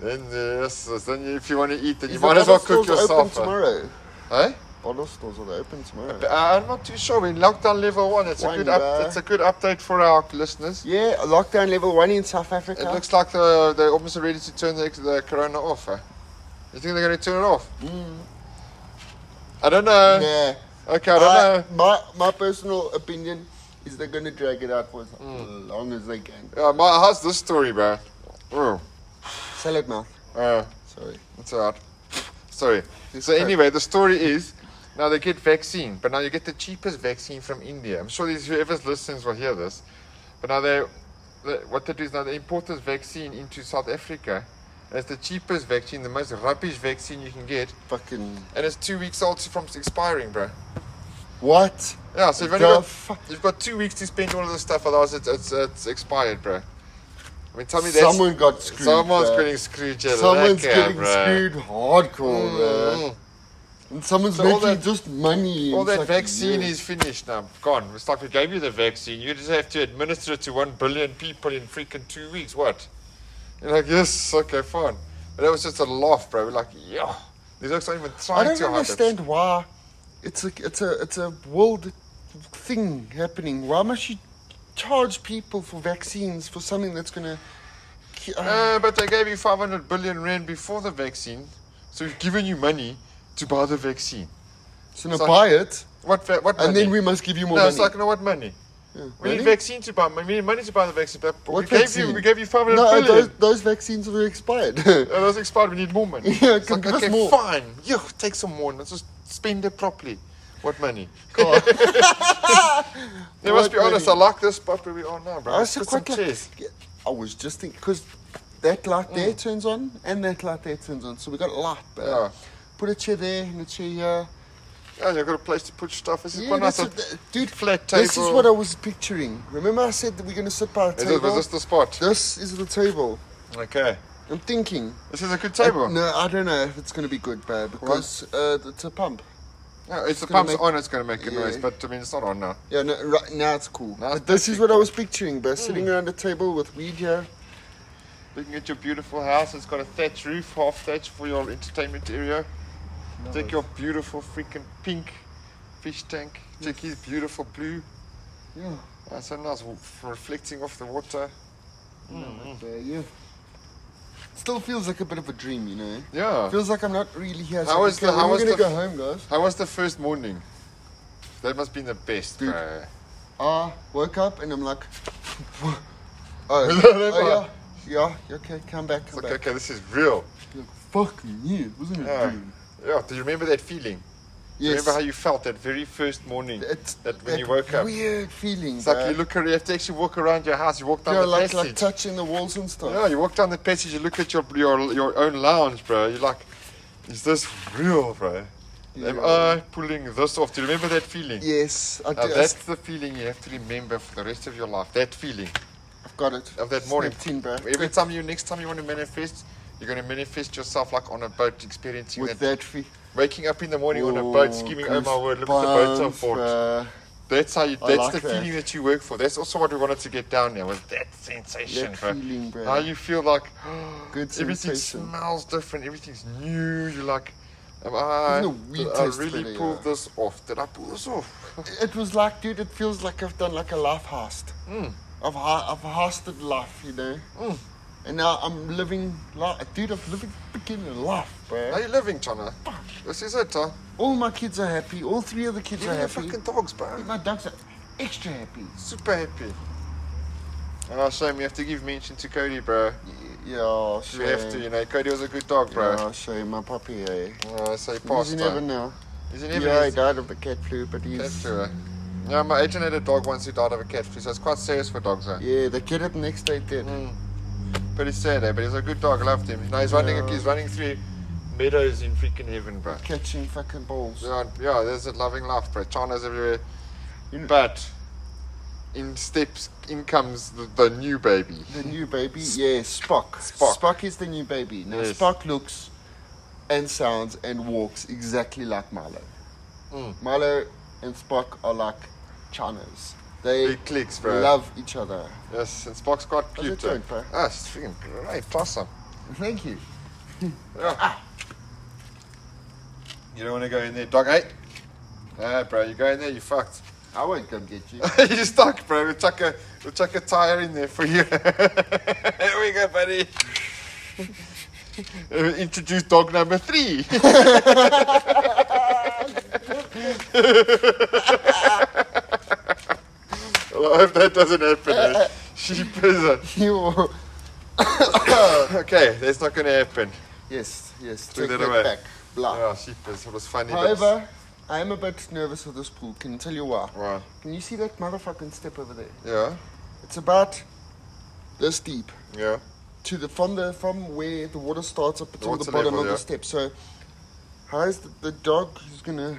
B: then uh, yes, yes, then you- if you want to eat, then you
A: Is the
B: might as well
A: bottle
B: cook
A: stores
B: yourself.
A: Open tomorrow.
B: eh? Eh?
A: Bottle stores are open tomorrow.
B: But, uh, I'm not too sure. We're in lockdown level one. It's a
A: One,
B: good up,
A: bruh.
B: It's a good update for our listeners.
A: Yeah, lockdown level one in South Africa.
B: It looks like the, they're almost ready to turn the, the corona off. Eh? You think they're going to turn it off?
A: Mm.
B: I don't know.
A: Yeah.
B: Okay, I don't
A: I-
B: know.
A: my my personal opinion is they're gonna drag it out for as
B: Hmm.
A: long as they can.
B: Yeah, my, how's this story, bro? Oh,
A: Salad mouth.
B: uh,
A: Sorry.
B: it's alright. <laughs> Sorry.
A: It's
B: So
A: okay.
B: anyway, the story is now they get vaccine, but now you get the cheapest vaccine from India. I'm sure these whoever's listening will hear this, but now they, they what they do is now they import this vaccine into South Africa. and It's the cheapest vaccine, the most rubbish vaccine you can get,
A: Fucking
B: and it's two weeks old from expiring, bro.
A: what?
B: Yeah, so you've only
A: The
B: got,
A: fuck?
B: you've got two weeks to spend all of this stuff, otherwise it's, it's, it's expired, bro. I mean, tell me that's...
A: Someone got screwed.
B: Someone's
A: bruh.
B: getting screwed, yeah.
A: Someone's
B: like, uh,
A: getting
B: bruh.
A: screwed hardcore, bruh. And someone's
B: Mm. So all
A: making
B: that-
A: just money.
B: All
A: and it's
B: that
A: like,
B: vaccine
A: yeah.
B: is finished now, gone. It's like we gave you the vaccine. You just have to administer it to one billion people in freaking two weeks. What? You're like, yes, okay, fine. But that was just a laugh, bro. We're like, yeah. These folks aren't even trying
A: I don't
B: to
A: understand why it's a it's a it's a world thing happening. Why must you charge people for vaccines for something that's gonna? ki-
B: hide it.
A: Uh,
B: Uh, but they gave you 500 billion rand before the vaccine. So we've given you money to buy the vaccine.
A: so now
B: so-
A: buy it,
B: What, va- what money?
A: and then we must give you
B: No,
A: more money.
B: it's like, no, what money?
A: Yeah.
B: We
A: Really?
B: need vaccine to buy. We need money to buy the vaccine. But
A: What
B: we gave you.
A: vaccine?
B: We gave you five hundred
A: No, uh,
B: billion.
A: those, those vaccines were expired. <laughs>
B: Uh, those expired. We need more money.
A: Yeah,
B: It's
A: come
B: like,
A: give us
B: okay,
A: more.
B: fine. Yeah, take some more. Let's just spend it properly. What money? <laughs>
A: <laughs> God.
B: They must
A: What
B: be honest. I
A: money?
B: like this spot where we are now, bro.
A: I
B: Let's
A: was,
B: get
A: just
B: some
A: quite like-
B: chairs.
A: yeah, I was just thinking because that light there turns on and that light there turns on, so we got light. But
B: Mm. Yeah.
A: put a chair there and a chair here.
B: Yeah, you've got a place to put stuff. This is
A: Yeah,
B: quite nice.
A: that's
B: A
A: what the- dude,
B: flat table.
A: This is what I was picturing. Remember, I said that we're gonna sit by a
B: Is this, was
A: table.
B: this the spot?
A: This is the table.
B: Okay.
A: I'm thinking.
B: This is a good table.
A: Uh, No, I don't know if it's gonna be good, bro, because uh, it's a pump.
B: Yeah, it's the
A: gonna
B: pump's
A: make-
B: on. It's going to make a
A: Yeah.
B: noise, but I mean, it's not on now.
A: Yeah, no, right now it's cool.
B: Now it's
A: but
B: Mm.
A: this is what I was picturing, bro. Sitting around a table with weed here.
B: Looking at your beautiful house, it's got a thatch roof, half thatch for your entertainment area. Take your beautiful freaking pink fish tank. Take his beautiful blue.
A: Yeah.
B: That's so nice, w- f- reflecting off the water. Mm.
A: But, yeah. Still feels like a bit of a dream, you know.
B: Yeah.
A: Feels like I'm not really here.
B: How
A: it's
B: was
A: okay,
B: the-
A: when
B: how
A: we're
B: was
A: gonna
B: the-
A: go home, guys.
B: How was the first morning? That must have been the best,
A: Dude.
B: bro.
A: I woke up and I'm
B: <laughs>
A: like, oh, oh yeah, yeah, okay, come back,
B: It's
A: come
B: like,
A: back.
B: okay, this is real.
A: Like, fuck me, it wasn't
B: Yeah.
A: a dream.
B: Yeah, do you remember that feeling? Do you
A: Yes.
B: Remember how you felt that very first morning?
A: It's
B: that when you woke up.
A: Weird feeling.
B: It's like you look around, you have to actually walk around your house, you walk down
A: yeah,
B: the
A: like,
B: passage.
A: like touching the walls and stuff.
B: Yeah, you walk down the passage, you look at your your your own lounge, bro. You're like, is this real, bro? Am
A: Yeah.
B: I pulling this off? Do you remember that feeling?
A: Yes, I
B: Now,
A: do. I
B: that's the feeling you have to remember for the rest of your life. That feeling.
A: I've got it.
B: of that morning.
A: Snapped in, bro.
B: Every time you, next time you want to manifest, you're going to manifest yourself like on a boat, experiencing
A: With
B: that.
A: that fee.
B: Waking up in the morning on a boat, screaming, "Oh my word! Look at the boats I've bought." That's how you.
A: I
B: That's
A: like
B: the
A: that.
B: feeling that you work for. That's also what we wanted to get down there with that sensation,
A: That
B: bro.
A: feeling, bro.
B: How you feel like <gasps>
A: Good
B: everything
A: sensation.
B: smells different. Everything's new. You're like, am I?
A: Even a weed
B: did I
A: taste
B: really
A: better,
B: pull
A: yeah.
B: this off? Did I pull
A: <laughs>
B: this off?
A: It was like, dude, it feels like I've done like a life heist.
B: Hmm.
A: I've, ha- I've heisted life, you know? And now I'm living life. Dude, I'm living freaking life, bro.
B: How you living, Chana? This is it, huh?
A: All my kids are happy. All three of the kids
B: Even
A: are
B: your
A: happy.
B: fucking dogs, bro.
A: My dogs are extra happy.
B: Super happy. And I shame you have to give mention to Cody, bro.
A: Y- Yeah, shame.
B: You have to, you know. Cody was a good dog, bro.
A: Yeah, shame my puppy, eh?
B: Uh, so he
A: He's
B: passed.
A: in
B: huh?
A: heaven now.
B: He's in heaven.
A: Yeah, he
B: He's-
A: died of the cat flu, but he's...
B: Cat flu. eh? Yeah, my agent had a dog once who died of a cat flu, so it's quite serious for dogs, eh?
A: Yeah, they get it next day, dude.
B: Hmm. But it's sad, eh? But he's a good dog. I loved him. Now he's running. He's running through meadows in freaking heaven, bro.
A: Catching fucking balls.
B: Yeah, yeah. There's a loving life, bro. China's everywhere.
A: You know-
B: But in steps, in comes the, the new baby.
A: The new baby, yeah, Spock.
B: Spock.
A: is the new baby. Now
B: Yes.
A: Spock looks and sounds and walks exactly like Milo.
B: Mm.
A: Milo and Spock are like chinos. They
B: Big clicks, bro.
A: love each other.
B: Yes, and Spock's quite
A: it
B: cute,
A: doing,
B: eh?
A: bro?
B: Ah, it's freaking great. Awesome.
A: Thank you.
B: Yeah. You don't want to go in there, dog. Hey. Ah, bro. You go in there, you fucked.
A: I won't come get
B: <laughs>
A: you.
B: You're stuck, bro. We'll chuck a we'll chuck a tire in there for you. <laughs> Here we go, buddy. Uh, Introduce dog number three. <laughs> well, I hope that doesn't happen. eh? Sheep is a...
A: You-
B: <coughs> Okay, that's not going to happen.
A: yes, yes.
B: Threw
A: Take
B: that
A: that,
B: away.
A: back. Blah.
B: Oh, sheep is. It was funny. but-
A: However, I am a bit nervous with this pool. Can I tell you why?
B: Why?
A: Can you see that motherfucking step over there?
B: Yeah,
A: It's about this deep.
B: yeah.
A: to the from the from where the water starts up until the,
B: water
A: bottom
B: level,
A: of
B: yeah.
A: the step. So how is the, the dog who's gonna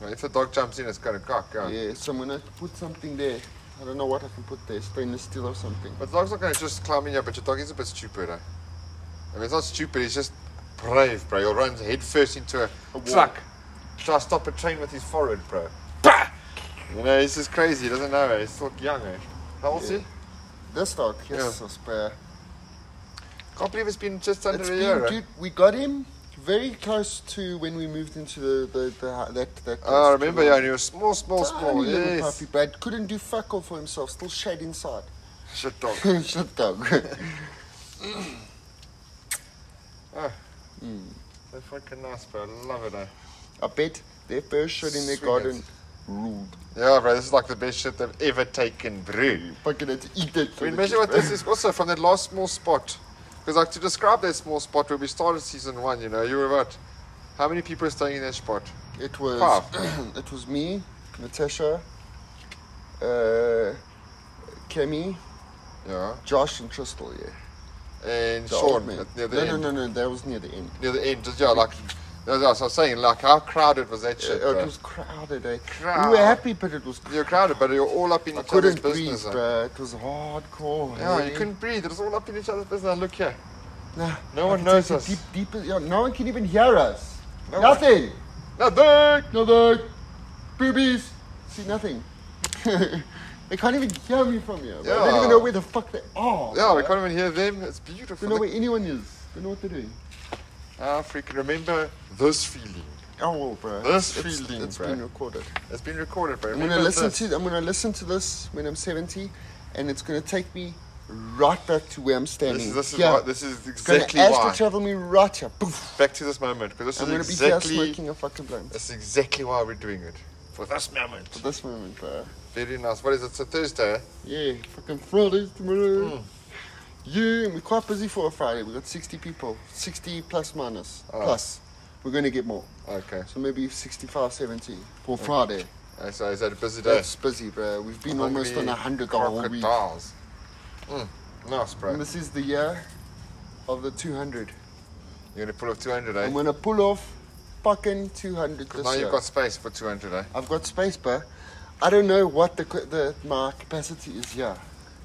B: Well, If the dog jumps in, it's going to cock. Yeah.
A: Yeah, so I'm gonna put something there. I don't know what I can put there, stainless steel or something.
B: But the dog's not going to just climb in here, but your dog is a bit stupid, eh? I mean, it's not stupid, he's just brave, bro. He'll run head first into a, truck. Try to stop a train with his forehead, bro. Bah! You know, he's just crazy, he doesn't know, eh? He's still young, eh? How old is he?
A: This dog, yes,
B: Yeah.
A: I swear.
B: Can't believe it's been just under
A: It's
B: a
A: been-
B: year. eh?
A: dude, we got him very close to when we moved into the, the, the hu- that that
B: Oh, I remember, yeah, and he was small, small, small.
A: Tiny little
B: Yes.
A: puppy, but couldn't do fuck all for himself. Still shade
B: <laughs>
A: inside.
B: Shit dog.
A: Shit dog. <laughs>
B: They're fucking nice, bro. I love it, eh?
A: I bet their first shit in their
B: Swing it.
A: garden ruled.
B: Yeah, bro, this is like the best shit they've ever taken, bro.
A: Fucking had to eat that.
B: I
A: for
B: mean,
A: the
B: measure
A: kids,
B: what
A: bro.
B: this is also from that last small spot. Because, like, to describe that small spot where we started season one, you know, you were about how many people are staying in that spot?
A: It was <clears throat>
B: Five.
A: it was me, Natasha, uh, Kemi,
B: Yeah.
A: Josh, and Crystal. Yeah,
B: And
A: The old
B: Sean
A: man.
B: at near the
A: no,
B: end.
A: no, no, no. That was near the end.
B: Near the end, just, yeah, like, as I was saying, like, how crowded was that
A: Uh,
B: shit?
A: it
B: bro?
A: was crowded. Eh? We
B: Crowd.
A: were happy, but it was. Cr-
B: You're crowded, but you're all up in
A: I
B: each other's
A: couldn't
B: business.
A: breathe,
B: eh?
A: bro. It was hardcore.
B: Yeah, you
A: hey.
B: couldn't breathe. It was all up in each other's business. Look here.
A: Nah,
B: no
A: I
B: one
A: could
B: knows
A: take
B: us.
A: the Deep, deep, yeah, no one can even hear us.
B: No one.
A: nothing.
B: Nothing!
A: Nothing. Boobies. See nothing. <laughs> they can't even hear me from here. bro. They don't
B: Yeah.
A: even know where the fuck they are.
B: Yeah, we
A: bro.
B: can't even hear them. It's beautiful.
A: Don't know
B: Look-
A: where anyone is. Don't know what they're doing.
B: Ah, freaking remember this feeling.
A: Oh, bro.
B: This
A: it's,
B: feeling,
A: it's
B: bro.
A: been recorded.
B: It's been recorded, bro.
A: I'm gonna
B: Remember
A: listen
B: this.
A: to. I'm gonna listen to this when I'm 70, and it's gonna take me right back to where I'm standing.
B: This is, this is,
A: Here.
B: why, this is
A: It's gonna
B: exactly
A: astral
B: why.
A: travel me right here. Poof.
B: Back to this moment, because this
A: I'm
B: is
A: gonna be here
B: exactly
A: smoking a fucking blunt.
B: this is exactly why we're doing it for this moment.
A: At this moment, bro.
B: Very nice. What is it? It's a Thursday. eh?
A: Yeah, fucking Fridays tomorrow.
B: Mm.
A: Yeah, and we're quite busy for a Friday. We got 60 people, 60 plus minus
B: Oh.
A: plus. We're gonna get more,
B: Okay.
A: so maybe 65, 70 for Friday.
B: Uh, So is that a busy day?
A: That's busy, bro. We've been almost on
B: Hungry
A: 100 the whole week.
B: crocodiles. Mm, Nice, bro.
A: And this is the year of the 200.
B: You're gonna pull off 200, eh?
A: I'm gonna pull off fucking 200 this
B: Now
A: year.
B: you've got space for 200, eh?
A: I've got space, bro. I don't know what the, co- the my capacity is here.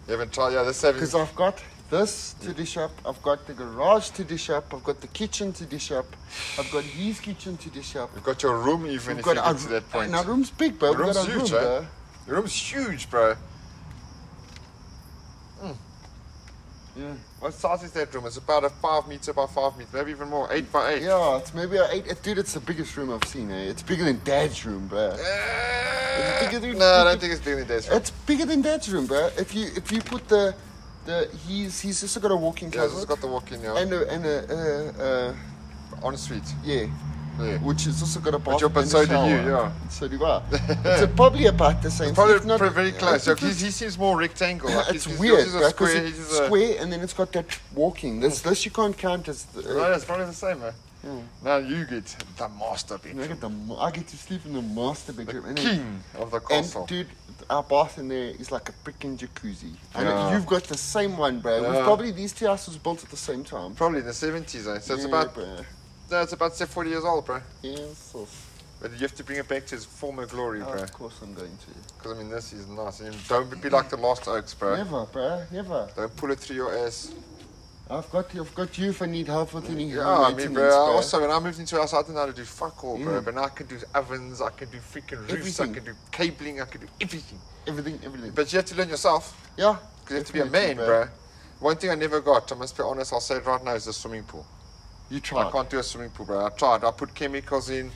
B: You haven't tried, yeah, that's seven.
A: Because I've got this to dish up, I've got the garage to dish up, I've got the kitchen to dish up, I've got his kitchen to dish up.
B: You've got your room even
A: We've
B: if you
A: got
B: get
A: our,
B: to that point.
A: and our room's big, bro.
B: Your
A: We've got
B: room's
A: our
B: huge,
A: room,
B: eh?
A: bro.
B: Your room's huge, bro. Hmm.
A: Yeah.
B: What size is that room? It's about a five meter by five meter, maybe even more, eight by eight.
A: Yeah, it's maybe a eight. Dude, it's the biggest room I've seen, eh? It's bigger than Dad's room, bro.
B: Eh,
A: It's bigger than-
B: no, I don't think it's bigger than this.
A: It's bigger than Dad's room, bro. If you if you put the the he's he's also got a walking
B: Yeah, it's
A: closet
B: got the walk-in, yeah.
A: and a and a uh, uh,
B: en suite.
A: yeah,
B: Yeah.
A: which is also got a
B: But
A: bathroom.
B: you're- but
A: and a
B: so do you,
A: shower.
B: yeah.
A: So do
B: <laughs>
A: I. it's uh, probably about the same.
B: Probably
A: if not-
B: pre- very
A: yeah,
B: close.
A: if
B: Yeah,
A: it's-
B: he seems more rectangle. like
A: It's
B: his- his-
A: weird,
B: his is
A: bro,
B: a
A: 'cause
B: square.
A: it's
B: his is a-
A: square, and then it's got that walking. This this you can't count as. uh, The,
B: Right, it's probably the same, man.
A: Yeah.
B: Now you get the master
A: And I
B: bedroom,
A: get the ma- I get to sleep in the master bedroom.
B: the
A: and then-
B: king of the
A: And
B: castle.
A: dude, our bath in there is like a freaking jacuzzi. And
B: Yeah.
A: you've got the same one, bro. It was
B: Yeah.
A: probably these two houses built at the same time.
B: Probably in the 70s, eh? so it's
A: Yeah,
B: about
A: bro.
B: no, it's about say 40 years old, bro.
A: Yes, of-
B: But you have to bring it back to its former glory,
A: oh,
B: bro.
A: of course I'm going to.
B: Because I mean, this is nice. And don't be like the last oaks, bro.
A: Never, bro. Never.
B: Don't pull it through your ass.
A: I've got I've got you if I need help with any
B: Yeah, I
A: home
B: mean,
A: maintenance,
B: bro.
A: bro.
B: Also, when I moved into a house, I didn't know how to do fuck all, bro.
A: Yeah.
B: But now I can do ovens, I can do freaking roofs, I
A: Mm. Everything.
B: can do cabling, I can do everything.
A: everything, everything.
B: But you have to learn yourself.
A: yeah,
B: Because you have to be a
A: definitely,
B: man, bro. One thing I never got, I must be honest, I'll say it right now, is the swimming pool.
A: You try.
B: I can't do a swimming pool, bro. I tried. I put chemicals in.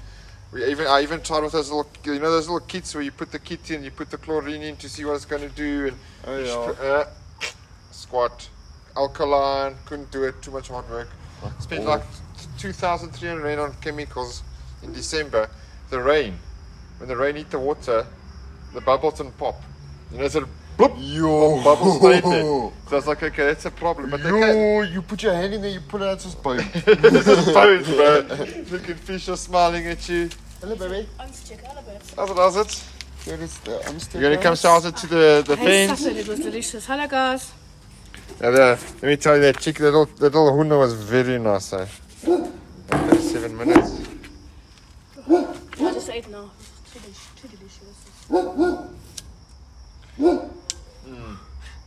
B: We even I even tried with those little, you know, those little kits where you put the kit in, you put the chlorine in to see what it's going to do, and
A: Oh,
B: you
A: yeah.
B: str- uh, squat, alkaline. Couldn't do it. Too much hard work. Spent
A: all.
B: like two thousand three hundred rand on chemicals in December. The rain, when the rain hit the water, the bubbles didn't pop. You know, so bloop,
A: Yo.
B: bubbles
A: <laughs>
B: stayed there. So I was like, okay, that's a problem. But they can
A: Yo, you put your hand in there, you pull it out, it's just
B: <laughs>
A: boom.
B: this is <laughs> bones, bro. Looking fish are smiling at you.
A: Hello, baby.
C: I'm to check out a bit.
B: That's what I was it.
A: Here it is. The, I'm still
B: You gonna come shout it to the the
C: I
B: fans?
C: suffered, it was delicious. Hello, guys.
B: Yeah, the- let me tell you that chick, that little that little huna was very nice. Eh? After seven minutes.
C: I just ate now. It's too, delish- too delicious.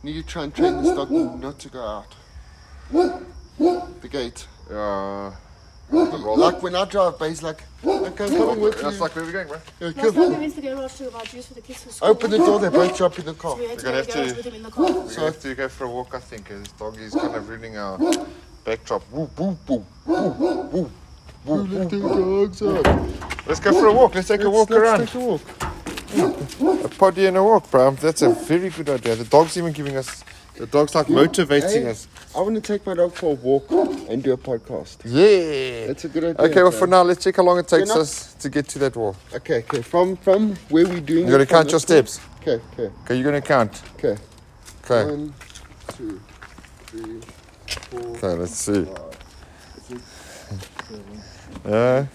A: Need to try and train this dog not to go out. The gate.
B: Yeah.
A: Like when I drive, but he's like, okay, I'm coming with you.
B: That's like where we going, bro.
A: Yeah, come.
C: Last night we went to the garage to buy juice for the kids for school.
A: Open the door, they both jump in the car.
C: We had to
B: We're
C: go
B: gonna
C: to the
B: have
C: garage
B: to-
C: with him in the car.
B: We have to go for a walk, I think. 'cause This dog is kind of ruining our backdrop. Woo, woo, woo, woo, woo, woo, woo, woo. Let's go for a walk. Let's take a walk
A: let's
B: around.
A: Take a walk.
B: A potty and a walk, bro. That's a very good idea. The dog's even giving us. The dog's like motivating
A: Hey,
B: us.
A: I want to take my dog for a walk and do a podcast.
B: Yeah.
A: That's a good idea.
B: okay, well,
A: bro.
B: for now, let's check how long it takes
A: You're not-
B: us to get to that wall.
A: Okay, okay. From from where we doing?
B: You're going
A: it
B: to
A: from
B: count your
A: this point?
B: steps.
A: Okay, okay,
B: Okay, you're going to count.
A: okay.
B: Okay.
A: One, two, three, four,
B: Okay, let's see.
A: six,
B: Yeah.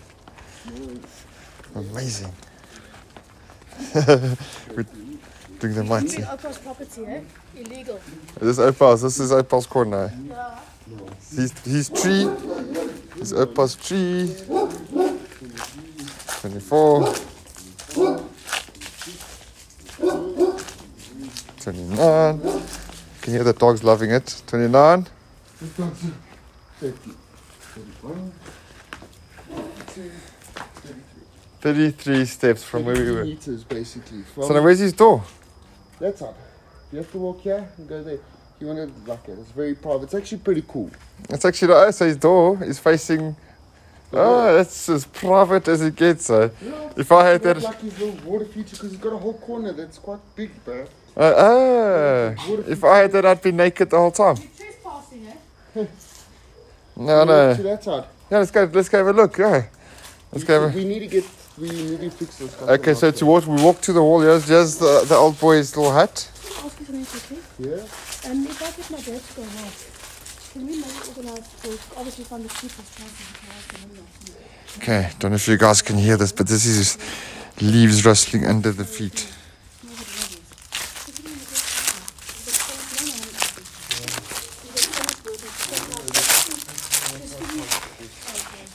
A: nine.
B: Amazing. <laughs> We're doing the mighty.
C: Moving Oprah's property, eh? Illegal.
B: This is Opal's. This is Opal's corner.
C: Yeah.
B: He's, he's tree. He's Opal's tree. 24. 29. Can you hear the dogs loving it? 29.
A: This dog's a 30, 31, 32, 33.
B: 33 steps from where we
A: 32
B: were.
A: meters basically. From
B: So now where's his door?
A: That's up. You have to walk here and go there. You want to like it. It's very private. It's actually pretty cool.
B: It's actually like, oh, so his door is facing. Oh, that's as private as it gets. eh? If I had
A: It's
B: that.
A: like his little water feature because he's got a whole corner that's quite big, bro.
B: Uh, ah, if I had that, I'd be naked the whole time.
C: You're trespassing, eh?
B: No, no.
A: To that side.
B: Yeah, let's go. Let's go have a look. Yeah,
A: we,
B: let's go. Have
A: we need to get. We need to fix this.
B: a, okay, so to what we walk to the wall. Here's, here's the, the old boy's little hut.
C: Ask you something quickly.
A: Yeah.
C: Um, if I get my dad to go walk, can we maybe organise for obviously find the cheapest transport to walk in the morning?
B: Okay, don't know if you guys can hear this, but this is leaves rustling under the feet.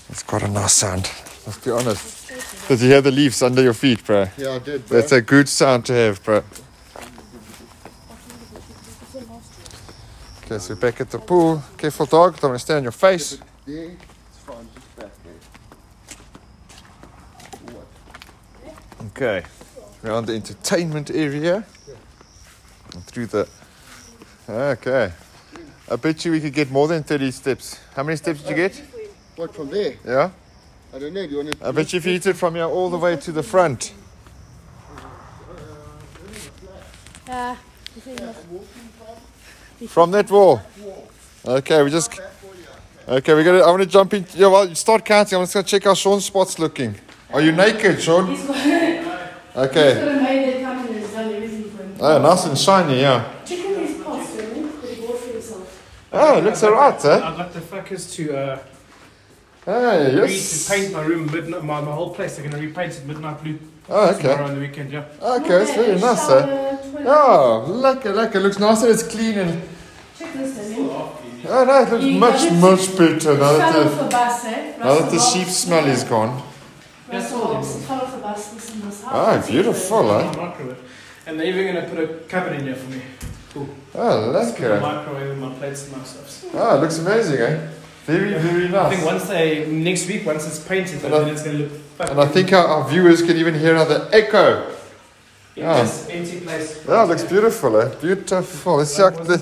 B: It's got a nice sound. Let's be honest. Did you hear the leaves under your feet, bro?
A: Yeah, I did, bro.
B: That's a good sound to have, bro. Okay, so we're back at the pool. Careful, dog. Don't want to stay on your face.
A: There, it's fine, just back there. What?
B: Okay. Around the entertainment area. And through the. Okay. I bet you we could get more than 30 steps. How many steps did you get?
A: What from there?
B: Yeah?
A: I don't know. Do you want to?
B: I bet you if you eat it from here all the way to the front.
C: Yeah, you think that's
B: From that wall. Okay, we just. Okay, we got to. I want to jump in. Yeah, well, you start counting. I'm just going to check how Sean's spot's looking. Are you naked, Sean?
E: He's got, he's
B: Okay.
E: got a made that come in and done everything for him.
B: Oh, nice and shiny, yeah.
E: Chicken is past, really, but he bought for himself.
B: Oh, it looks alright, eh?
D: I've got the fuckers to uh,
B: Hey,
D: read
B: yes.
D: to paint my room midnight, my, my whole place. They're gonna repaint it midnight blue
B: Oh, okay.
D: tomorrow on the weekend. Yeah.
B: Okay, it's very nice, eh?
E: äh,
B: Oh, look, look, it looks nice and it's clean and.
E: Check this, Damien.
B: Oh, no, it looks
E: You
B: much,
E: got it.
B: much better now
E: Fell
B: that
E: off
B: the,
E: the bus, eh?
B: now that the
E: Russell
B: sheep
E: Hobbs.
B: smell is gone.
E: Russell Hobbs fell off the bus, this and this. How
B: Oh,
E: fancy is it?
B: beautiful, eh?
D: My microwave. And they're even gonna put a cupboard in here for me. Cool.
B: Oh,
D: The
B: lekker.
D: microwave and my plates and my stuff.
B: Oh, it looks amazing, eh? Very, very
D: I think
B: nice.
D: once they next week, once it's painted,
B: And
D: then
B: I-
D: it's gonna look fucking.
B: And I think our, our viewers can even hear another echo.
D: in
B: yeah.
D: this empty place.
B: Yeah, it looks beautiful, eh? Beautiful. It's like the,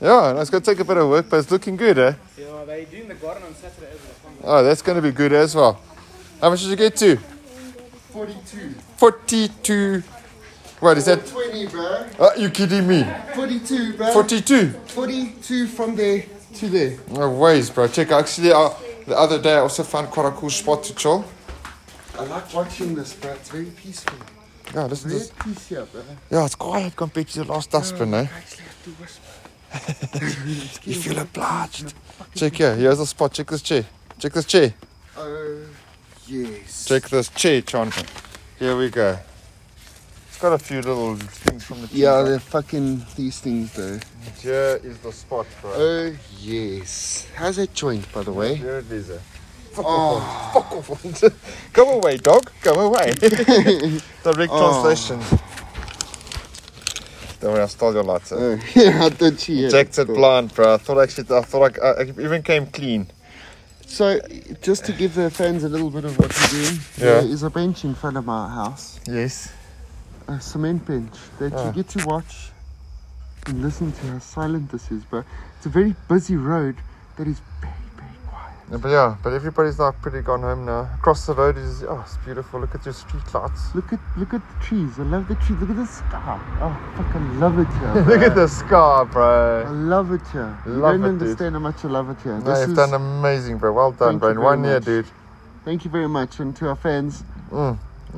B: yeah, and it's going to take a bit of work, but it's looking good, eh?
D: Yeah, they doing the garden on Saturday as well.
B: Oh, that's going to be good as well. How much did you get to?
A: Forty-two.
B: 42. What is that?
A: Twenty, bro.
B: Are you kidding me?
A: Forty-two, bro.
B: 42.
A: Forty-two from there to there.
B: No ways, bro. Check. Actually, uh, the other day I also found quite a cool spot to chill.
A: I like watching this, bro. It's very peaceful.
B: Yeah, listen to
A: Very
B: this.
A: peace here, bro.
B: Yeah, it's quiet compared to the last dustbin, eh?
A: Actually, I have to whisper.
B: You feel obliged. Check here. Here's a spot. Check this chair. Check this chair.
A: Oh, yes.
B: Check this chair, Chanton. Here we go. It's got a few little things from the trees.
A: Yeah, they're fucking these things, though.
B: Here is the spot, bro.
A: Oh, yes. How's that joint, by the
B: <laughs>
A: way?
B: Here it is. eh? Fuck off. Fuck off. Come away, dog. Come <laughs> away. Direct
A: Oh.
B: translation. Don't worry, I stole your lights. eh?
A: Oh, <laughs> yeah, I did see it.
B: Rejected blind, bro. I thought actually, I thought I, I even came clean.
A: So, just to give the fans a little bit of what we're doing,
B: Yeah.
A: there is a bench in front of my house,
B: Yes.
A: a cement bench that
B: Ah.
A: you get to watch and listen to how silent this is, bro. It's a very busy road that is very, very quiet.
B: but yeah, but everybody's like pretty gone home now. Across the road is oh, it's beautiful. Look at your street lights.
A: Look at look at the trees. I love the trees. Look at the sky. Oh, fuck, I love it here.
B: <laughs> <laughs> Look
A: bro.
B: at the sky,
A: I
B: bro.
A: love it here. you
B: Love
A: don't
B: it, dude.
A: understand how much I love it here.
B: No,
A: This
B: you've
A: is-
B: done amazing, bro. Well done,
A: Thank
B: bro.
A: you
B: In
A: very
B: one year,
A: much.
B: dude,
A: Thank you very much, and to our fans,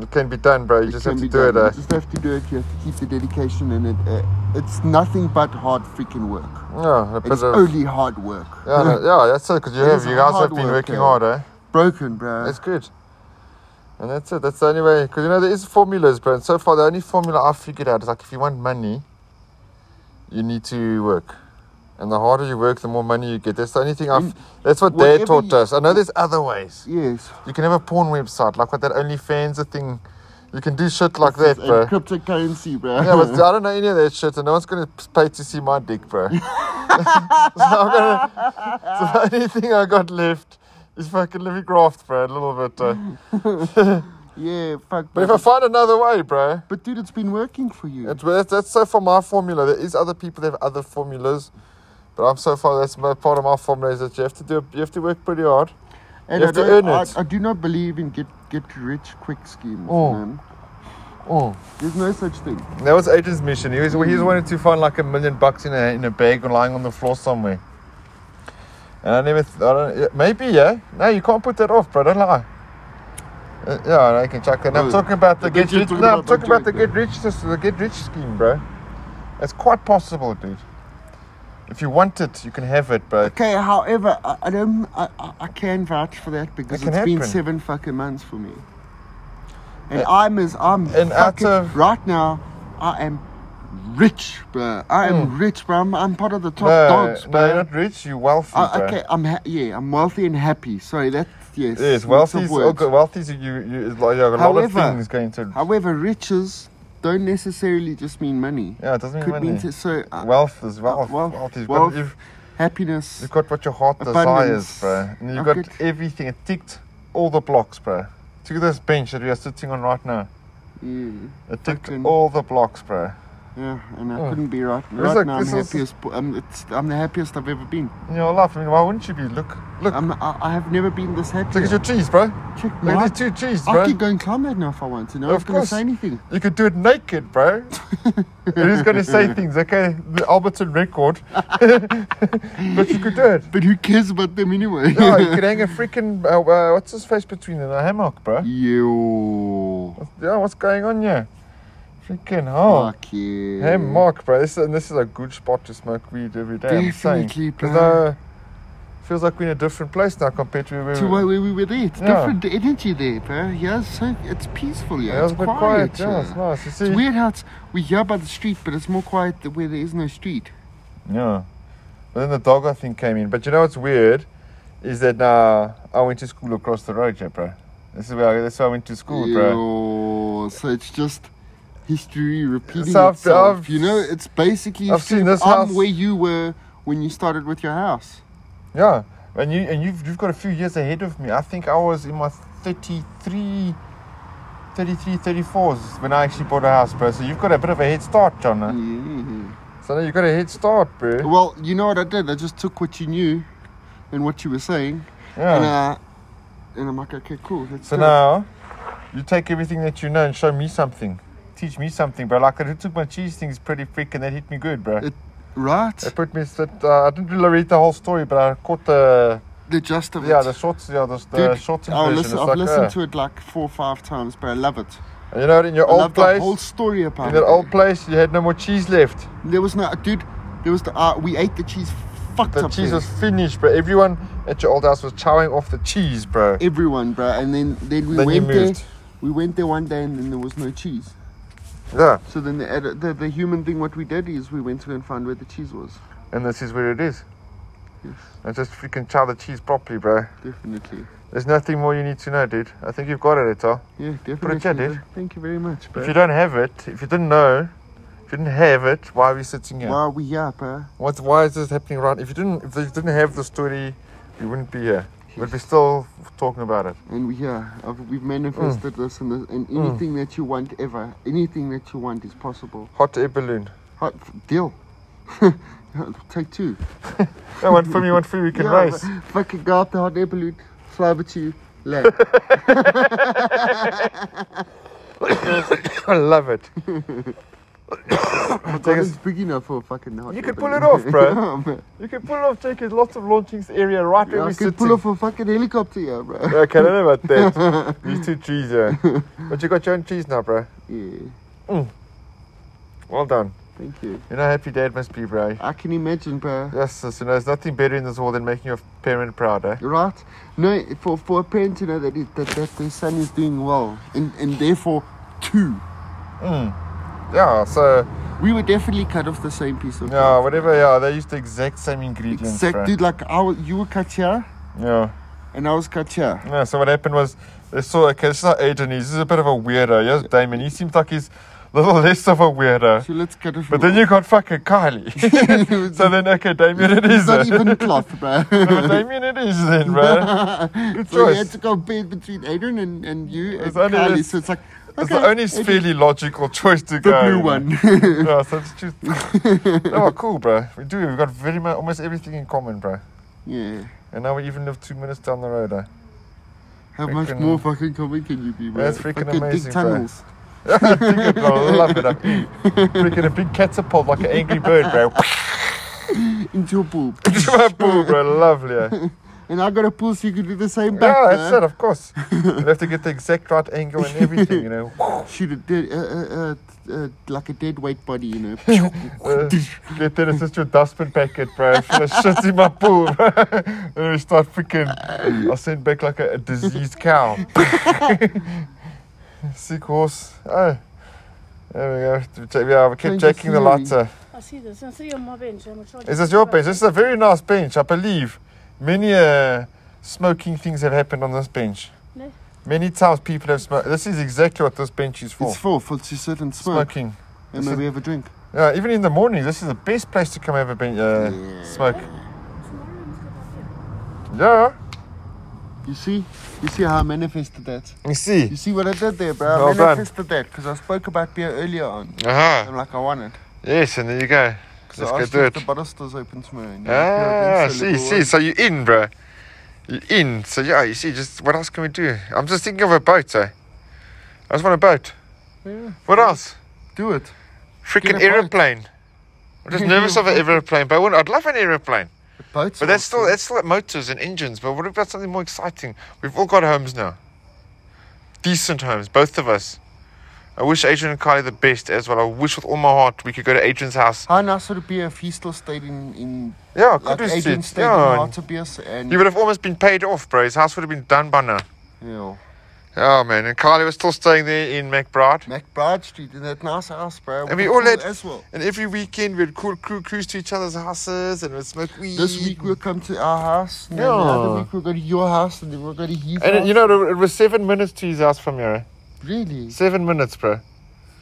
B: it can be done, bro. You just
A: can
B: have to
A: be
B: do it.
A: done.
B: Eh?
A: You just have to do it. You have to keep the dedication, and it uh, it's nothing but hard freaking work.
B: Yeah, a bit
A: It's
B: of,
A: only hard work.
B: yeah, no, yeah, that's it. Because you
A: It
B: have,
A: is
B: you guys
A: hard
B: have been
A: work,
B: working
A: eh?
B: hard, eh?
A: <laughs> Broken, bro.
B: That's good. And that's it. That's the only way. Because you know there is formulas, bro. And so far, the only formula I figured out is like if you want money, you need to work. And the harder you work, the more money you get. That's the only thing I've. That's what Dad
A: Mm. whatever
B: taught
A: you-
B: us. I know there's other ways.
A: yes.
B: You can have a porn website, like what that OnlyFans thing. You can do shit like that,
A: And
B: bro.
A: cryptocurrency, bro.
B: Yeah, but I don't know any of that shit, and no one's gonna pay to see my dick, bro. <laughs> so I'm gonna. So the only thing I got left is fucking let me graft, bro, a little bit. Uh,
A: <laughs> yeah, fuck.
B: But if
A: bro.
B: I find another way, bro,
A: But dude, it's been working for you.
B: it, that's, that's so far my formula. There is other people that have other formulas, but I'm so far that's my, part of my formula is that you have to do you have to work pretty hard.
A: and
B: you
A: I,
B: have to
A: don't-
B: earn
A: I,
B: it.
A: I do not believe in get get rich quick schemes.
B: Oh.
A: Man.
B: Oh,
A: There's no such thing.
B: that was Aiden's mission. He was he was wanted to find like a million bucks in a in a bag or lying on the floor somewhere. And I never, th- I don't, yeah, maybe yeah. No, you can't put that off, bro. Don't lie. Uh, yeah, no, you can chuck that. No, I'm
A: Oh,
B: talking about the
A: I think
B: get
A: you're
B: rich.
A: talking
B: No, I'm
A: about that
B: talking about the
A: joint
B: get rich, system, the get rich scheme, bro. It's quite possible, dude. If you want it, you can have it, bro.
A: Okay, however, I, I don't. I, I- I can vouch for that because
B: It can
A: it's been
B: happen. Uh,
A: seven fucking months for me. And I'm as I'm
B: and out
A: fucking,
B: of-
A: right now. I am rich, bro. I am rich, bro. I'm, I'm part of the top
B: no,
A: dogs,
B: no,
A: bro.
B: Mm. you're not rich. You're wealthy,
A: I,
B: bro.
A: okay, I'm ha- yeah, I'm wealthy and happy. Sorry, that yes.
B: Yes,
A: lots
B: wealthy.
A: of
B: is-
A: words.
B: Okay, wealthy. is You, you, is like, you have a lot of
A: However-
B: things going to.
A: However, riches don't necessarily just mean money.
B: Yeah, it doesn't mean
A: Could
B: money.
A: mean to, so uh,
B: wealth is wealth.
A: wealth,
B: wealth is
A: wealth,
B: wealth. You've,
A: happiness.
B: you've got what your heart
A: Abundance.
B: desires, bro. And you've
A: I've
B: got
A: got-
B: everything. It ticked all the blocks, bro. To this bench that we are sitting on right now.
A: Mm,
B: It ticked
A: Fucking-
B: all the blocks, bro.
A: yeah, and I
B: Oh.
A: couldn't be right.
B: was
A: Right
B: like-
A: now, I'm
B: this was-
A: happiest. po- I'm, it's, I'm the happiest I've ever been.
B: In your life, I mean, why wouldn't you be? Look, look.
A: I'm, I, I have never been this happy.
B: Look at your trees, bro.
A: Check
B: Look
A: my-
B: at these two trees, bro.
A: I could go and climb that now if I want to. No one's
B: Of
A: going to
B: course.
A: say anything.
B: You could do it
A: <laughs>
B: naked, bro. Who's going to say things? Okay, the Alberton record. <laughs> but you could do it.
A: But who cares about them anyway?
B: No, you could hang a freaking, uh, uh, what's his face between and a hammock, bro.
A: <laughs> Yo.
B: Yeah, what's going on here? Freaking hell.
A: Fuck yeah.
B: Hey, Mark, bro. This is, and this is a good spot to smoke weed every day. I'm saying.
A: Definitely,
B: 'Cause,
A: bro.
B: uh, feels like we're in a different place now compared to where we
A: To where
B: were.
A: we were there. It's
B: Yeah.
A: different energy there, bro. Yeah, it's so it's peaceful, yeah.
B: Yeah, it's
A: it's
B: a bit
A: quiet.
B: quiet.
A: yeah.
B: Yeah, it's nice. You see?
A: It's weird how it's, we hear about the street, but it's more quiet th- where there is no street.
B: Yeah. But then the dog, I think, came in. But you know what's weird is that now I went to school across the road, yeah, bro. This is where I, that's where I went to school, bro.
A: Yo, So it's just history repeating
B: So I've-
A: itself.
B: I've-
A: you know, it's basically
B: I've
A: history
B: seen
A: of
B: this
A: I'm
B: house.
A: where you were when you started with your house.
B: Yeah. And you and you've you've got a few years ahead of me. I think I was in my 33, 33, 34s when I actually bought a house, bro. So you've got a bit of a head start, John.
A: Mm.
B: eh?
A: Yeah.
B: So now you've got a head start, bro.
A: Well, you know what I did? I just took what you knew and what you were saying,
B: Yeah.
A: and uh, and I'm like, okay, cool. Let's
B: so
A: do it.
B: now you take everything that you know and show me something. Teach me something, bro. Like I took my cheese things pretty freaking that hit me good, bro.
A: It- right?
B: It put me. That, uh, I didn't really read the whole story, but I caught the
A: The gist of
B: yeah
A: it.
B: the shorts yeah the, the
A: Dude,
B: shortened
A: I'll
B: version.
A: listen,
B: It's
A: I've
B: like,
A: listened
B: uh,
A: to it like four or five times, but I love it.
B: and you know in your
A: I love
B: old
A: the whole
B: place
A: story about
B: in
A: it.
B: that old place you had no more cheese left.
A: There was no dude. There was the uh, we ate the cheese fucked
B: The
A: up.
B: cheese
A: there.
B: was finished, bro. Everyone at your old house was chowing off the cheese, bro.
A: everyone, bro. And then then we
B: Then you
A: went there.
B: moved.
A: We went there one day, and then there was no cheese.
B: Yeah,
A: So then the, added- the the human thing, what we did is we went to and found where the cheese was.
B: and this is where it is.
A: Yes.
B: Now just freaking chow the cheese properly, bro.
A: Definitely.
B: There's nothing more you need to know, dude. I think you've got it, Eto.
A: Yeah, definitely.
B: Pretty good,
A: bro.
B: dude.
A: Thank you very much, bro.
B: If you don't have it, if you didn't know, if you didn't have it, why are we sitting here?
A: Why are we here, bro?
B: What? Why is this happening right? If you didn't, if you didn't have the story, we wouldn't be here. But we're still talking about it.
A: And we here. I've, we've manifested
B: Mm.
A: this, and, this, and anything that you want ever, anything that you want is possible.
B: Hot air balloon.
A: Hot deal. <laughs> Take two.
B: No, one for me, one for you. We
A: <laughs>
B: can
A: Yeah,
B: race.
A: but Fucking go up the hot air balloon, fly over to you,
B: <laughs>
A: land.
B: <laughs> I
A: <laughs>
B: love it. <coughs>
A: God, it's big enough for a fucking hot
B: You
A: air
B: could pull
A: balloon. <laughs>
B: it off, bro.
A: Yeah, Oh, man.
B: You can pull off. Take it. Lots of launchings area right where
A: Yeah, I
B: we
A: could pull off a fucking helicopter here, bro. <laughs>
B: Okay, I don't know about that. These two trees, yeah. But you got your own trees now, bro.
A: Yeah,
B: Well done.
A: thank you.
B: You know how happy dad must be, bro.
A: I can imagine, bro.
B: Yes, so you know, there's nothing better in this world than making your parent proud, eh?
A: Right? No, for, for a parent to know that, it, that, that their son is doing well, and, and therefore, two.
B: Yeah, so,
A: We were definitely cut off the same piece of
B: yeah,
A: cloth.
B: whatever, yeah, they used the exact same ingredients,
A: Exact,
B: bro.
A: dude. Like I was, you were cut here,
B: Yeah.
A: and I was cut here.
B: Yeah, so what happened was they saw okay, this is not Adrian, he's a bit of a weirdo. Yes, Damon, he seems like he's a little <laughs> less of a weirdo.
A: <laughs> So let's cut off.
B: But then you got fucking Kylie. <laughs> so then okay, Damien it
A: it's
B: is.
A: not
B: eh?
A: even cloth,
B: <laughs>
A: bro. <laughs>
B: No, Damien it is then, bro. Good
A: so you
B: choice.
A: had to compare between Adrian and, and you
B: It's
A: and
B: only
A: Kylie.
B: this-
A: So it's like
B: It's
A: okay,
B: the only
A: Adrian,
B: fairly logical <laughs> choice to
A: the
B: go.
A: blue
B: you know.
A: one. <laughs>
B: yeah, so it's just Oh cool bro. We do, we've got very much almost everything in common, bro.
A: yeah.
B: And now we even live two minutes down the road, eh? <laughs>
A: How much
B: Freaking-
A: more fucking common can you be, bro?
B: That's freaking
A: fucking
B: amazing,
A: dig
B: bro.
A: tunnels.
B: Freaking bro, love it up. Freaking a big catapult like an angry bird, <laughs> bro.
A: Into a pool.
B: Boo, bro, lovely. eh?
A: and I got a pool so you could do the same back.
B: Yeah, that's
A: bro.
B: it, of course. you have to get the exact right angle and everything, you know.
A: Shoot a dead, uh, uh, uh, uh, like a dead weight body, you know.
B: Uh, get that, it's just your dustbin packet, bro. Full of shit in my pool, <laughs> bro. and we start freaking. I'll send back like a, a diseased cow. <laughs> Sick horse. Oh. There we go. Yeah, we kept
A: Change the
B: checking
A: scenery.
B: the lighter.
E: I see this. I see on my bench. I'm trying
B: Is this your bench? This is a very nice bench, I believe. Many uh, smoking things have happened on this bench.
E: No.
B: Many times people have smoked. This is exactly what this bench is for.
A: It's full for to sit and smoke
B: Smoking.
A: and
B: This
A: maybe have a drink.
B: Yeah, Uh, even in the morning, this is the best place to come have a ben- uh, smoke.
E: Tomorrow I'm still up here.
B: Yeah.
A: You see, you see how I manifested that.
B: You see.
A: You see what I did there, bro? I
B: Well done.
A: manifested that because I spoke about beer earlier on.
B: Aha.
A: I'm like, I want it.
B: Yes, and there you go.
A: So
B: Let's
A: I
B: go
A: asked
B: do
A: if
B: it.
A: The bottle store's open tomorrow. and you're
B: Ah,
A: being so
B: see,
A: liberal.
B: see. So you're in, bro. You're in. So yeah, you see. Just what else can we do? I'm just thinking of a boat, eh? I just want a boat.
A: Yeah,
B: What else?
A: do it. Get a
B: Freaking
A: boat.
B: aeroplane. I'm just
A: <laughs>
B: nervous of an aeroplane, but I wouldn't- I'd love an aeroplane.
A: Boats
B: But
A: are
B: that's still
A: awesome.
B: that's still like motors and engines. But what about something more exciting? We've all got homes now. Decent homes, both of us. I wish Adrian and Kylie the best as well. I wish with all my heart we could go to Adrian's house.
A: How nice would it be if he still stayed in, in
B: Yeah,
A: like
B: could we
A: Adrian
B: sit?
A: stayed in
B: Yeah.
A: Heart of Beers and
B: You would have almost been paid off, bro. His house would have been done by now.
A: you know,
B: Oh man, and Kylie was still staying there in McBride.
A: McBride Street in that nice house, bro. with
B: And we
A: the
B: all
A: pool
B: had,
A: as well.
B: and every weekend we'd call crew cruise to each other's houses and we'd smoke weed.
A: This week we'll come to our house, and then the
B: Yeah.
A: other week we'll go to your house, and then we'll go to his
B: and
A: house.
B: it, you know, it was seven minutes to his house from here. eh?
A: really?
B: Seven minutes, bro.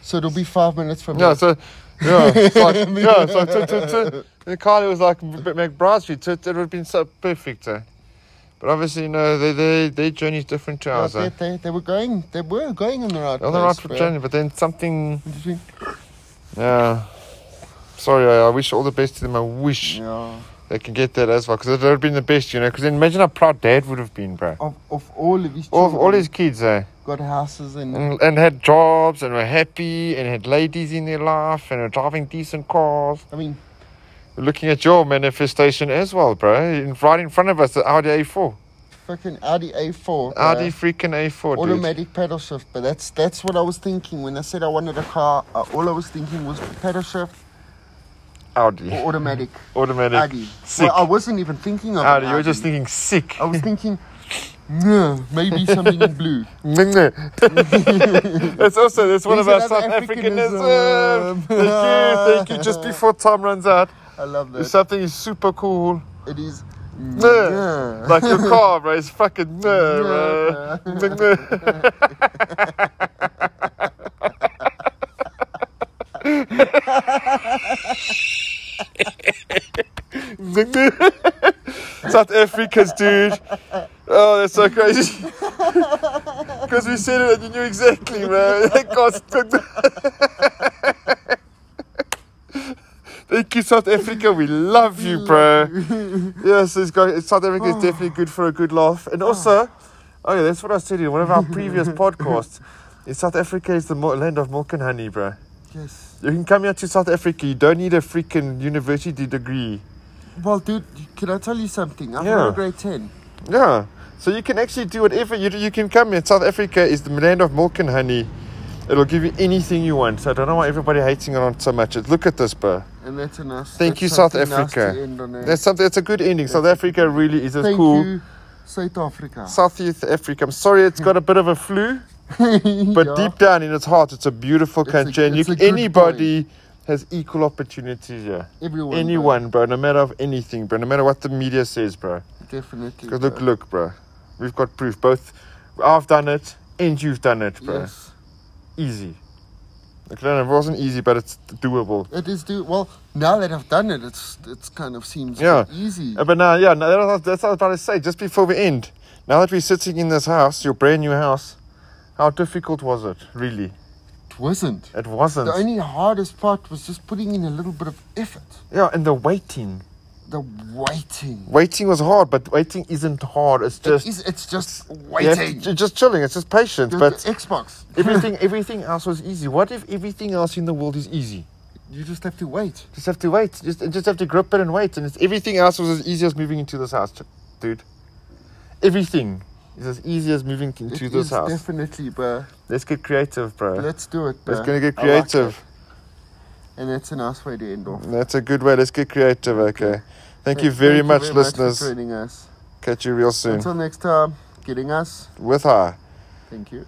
A: So it'll be five minutes from
B: Yeah,
A: now.
B: so
A: <laughs>
B: yeah, it's like, yeah, so t- t- t- and Carly was like "M- m- McBride Street, so it would have been so perfect. eh? But obviously, you know, they, they, their journey is different to
A: Yeah,
B: ours.
A: they,
B: eh?
A: they, they were going, they were going on the right.
B: On the
A: place,
B: right
A: bro.
B: journey, but then something.
A: Just went,
B: Yeah. Sorry, I, I wish all the best to them. I wish
A: Yeah.
B: they can get that as well, because it would have been the best, you know. Because then imagine how proud Dad would have been, bro.
A: Of, of all of his
B: All, Mm.
A: children,
B: all his kids, eh?
A: got houses and
B: And, and had jobs and were happy and had ladies in their life and were driving decent cars.
A: I mean,
B: Looking at your manifestation as well, bro. In, right in front of us, the Audi A4.
A: fucking Audi A4, bro.
B: Audi freaking A4, dude.
A: automatic pedal shift. But that's that's what I was thinking when I said I wanted a car. Uh, all I was thinking was pedal shift or
B: Audi.
A: automatic.
B: Automatic.
A: Audi.
B: Sick.
A: Well, I wasn't even thinking of an
B: Audi. You were just
A: Audi. Oh.
B: thinking sick. <laughs>
A: I was thinking, no, maybe something in blue.
B: <laughs> that's also that's one
A: These
B: of our
A: are
B: South
A: Africanism.
B: Africanism. <laughs> thank you, thank you.
A: <laughs>
B: Just before time runs out,
A: I love
B: if
A: that.
B: something is super cool.
A: It is.
B: Meh. <laughs> Like your car, bro. It's fucking meh, bro. Meh. <laughs> South Africans, dude. Oh, that's so crazy. <laughs> Because we said it and you knew exactly, bro. <laughs> That car's Thank you, South Africa. We love you, bro. Yes, it's got, it's- South Africa is definitely good for a good laugh. And also, oh yeah, that's what I said in one of
A: <laughs>
B: our previous podcasts. In South Africa is the mo- land of milk and honey, bro.
A: Yes.
B: You can come here to South Africa. You don't need a freaking university degree.
A: Well, dude, can I tell you something? I'm
B: Yeah.
A: in grade 10.
B: Yeah. So you can actually do whatever you do. You can come here. South Africa is the land of milk and honey. It'll give you anything you want. So I don't know why everybody hating on it so much. Look at this, bro.
A: And that's a nice.
B: Thank
A: that's
B: you, South
A: something nice to
B: Africa.
A: end on, eh?
B: That's something. That's a good ending. South Africa really is as
A: Thank
B: cool.
A: you, South Africa.
B: South East Africa. I'm sorry it's got a bit of a flu,
A: <laughs>
B: but
A: Yeah.
B: deep down in its heart, it's a beautiful
A: It's a-
B: country, and you,
A: it's a good
B: anybody has equal opportunity here.
A: Everyone, bro.
B: Anyone, bro. no matter of anything, bro, no matter what the media says, bro.
A: Definitely.
B: 'Cause
A: bro.
B: look, look, bro, we've got proof. Both I've done it and you've done it, bro.
A: Yes.
B: Easy. Like, I don't know, it wasn't easy, but it's doable.
A: It is do well now that I've done it. It's it's kind of seems
B: Yeah.
A: easy.
B: Uh, But now, yeah, no, that's, what- that's what I was about to say. Just before we end, now that we're sitting in this house, your brand new house, how difficult was it, really?
A: It wasn't.
B: It wasn't.
A: The only hardest part was just putting in a little bit of effort.
B: yeah, and the waiting.
A: The waiting.
B: Waiting was hard, but waiting isn't hard. It's just
A: it is, it's just
B: you have to-
A: waiting.
B: ju- just chilling. It's just patience.
A: The-
B: But
A: the Xbox.
B: everything, everything else was easy. What if everything else in the world is easy?
A: You just have to wait.
B: Just have to wait. Just just have to grip it and wait. And it's, everything else was as easy as moving into this house, ch- dude. Everything is as easy as moving
A: It
B: into this
A: is
B: house.
A: Definitely, bro.
B: Let's get creative, bro.
A: Let's do it, bro.
B: Let's gonna get
A: I like
B: creative.
A: it. and that's a nice way to end off.
B: That's a good way. Let's get creative. Okay. Thank you very much, listeners.
A: for joining us.
B: Catch you real soon.
A: Until next time, getting us.
B: With her.
A: Thank you.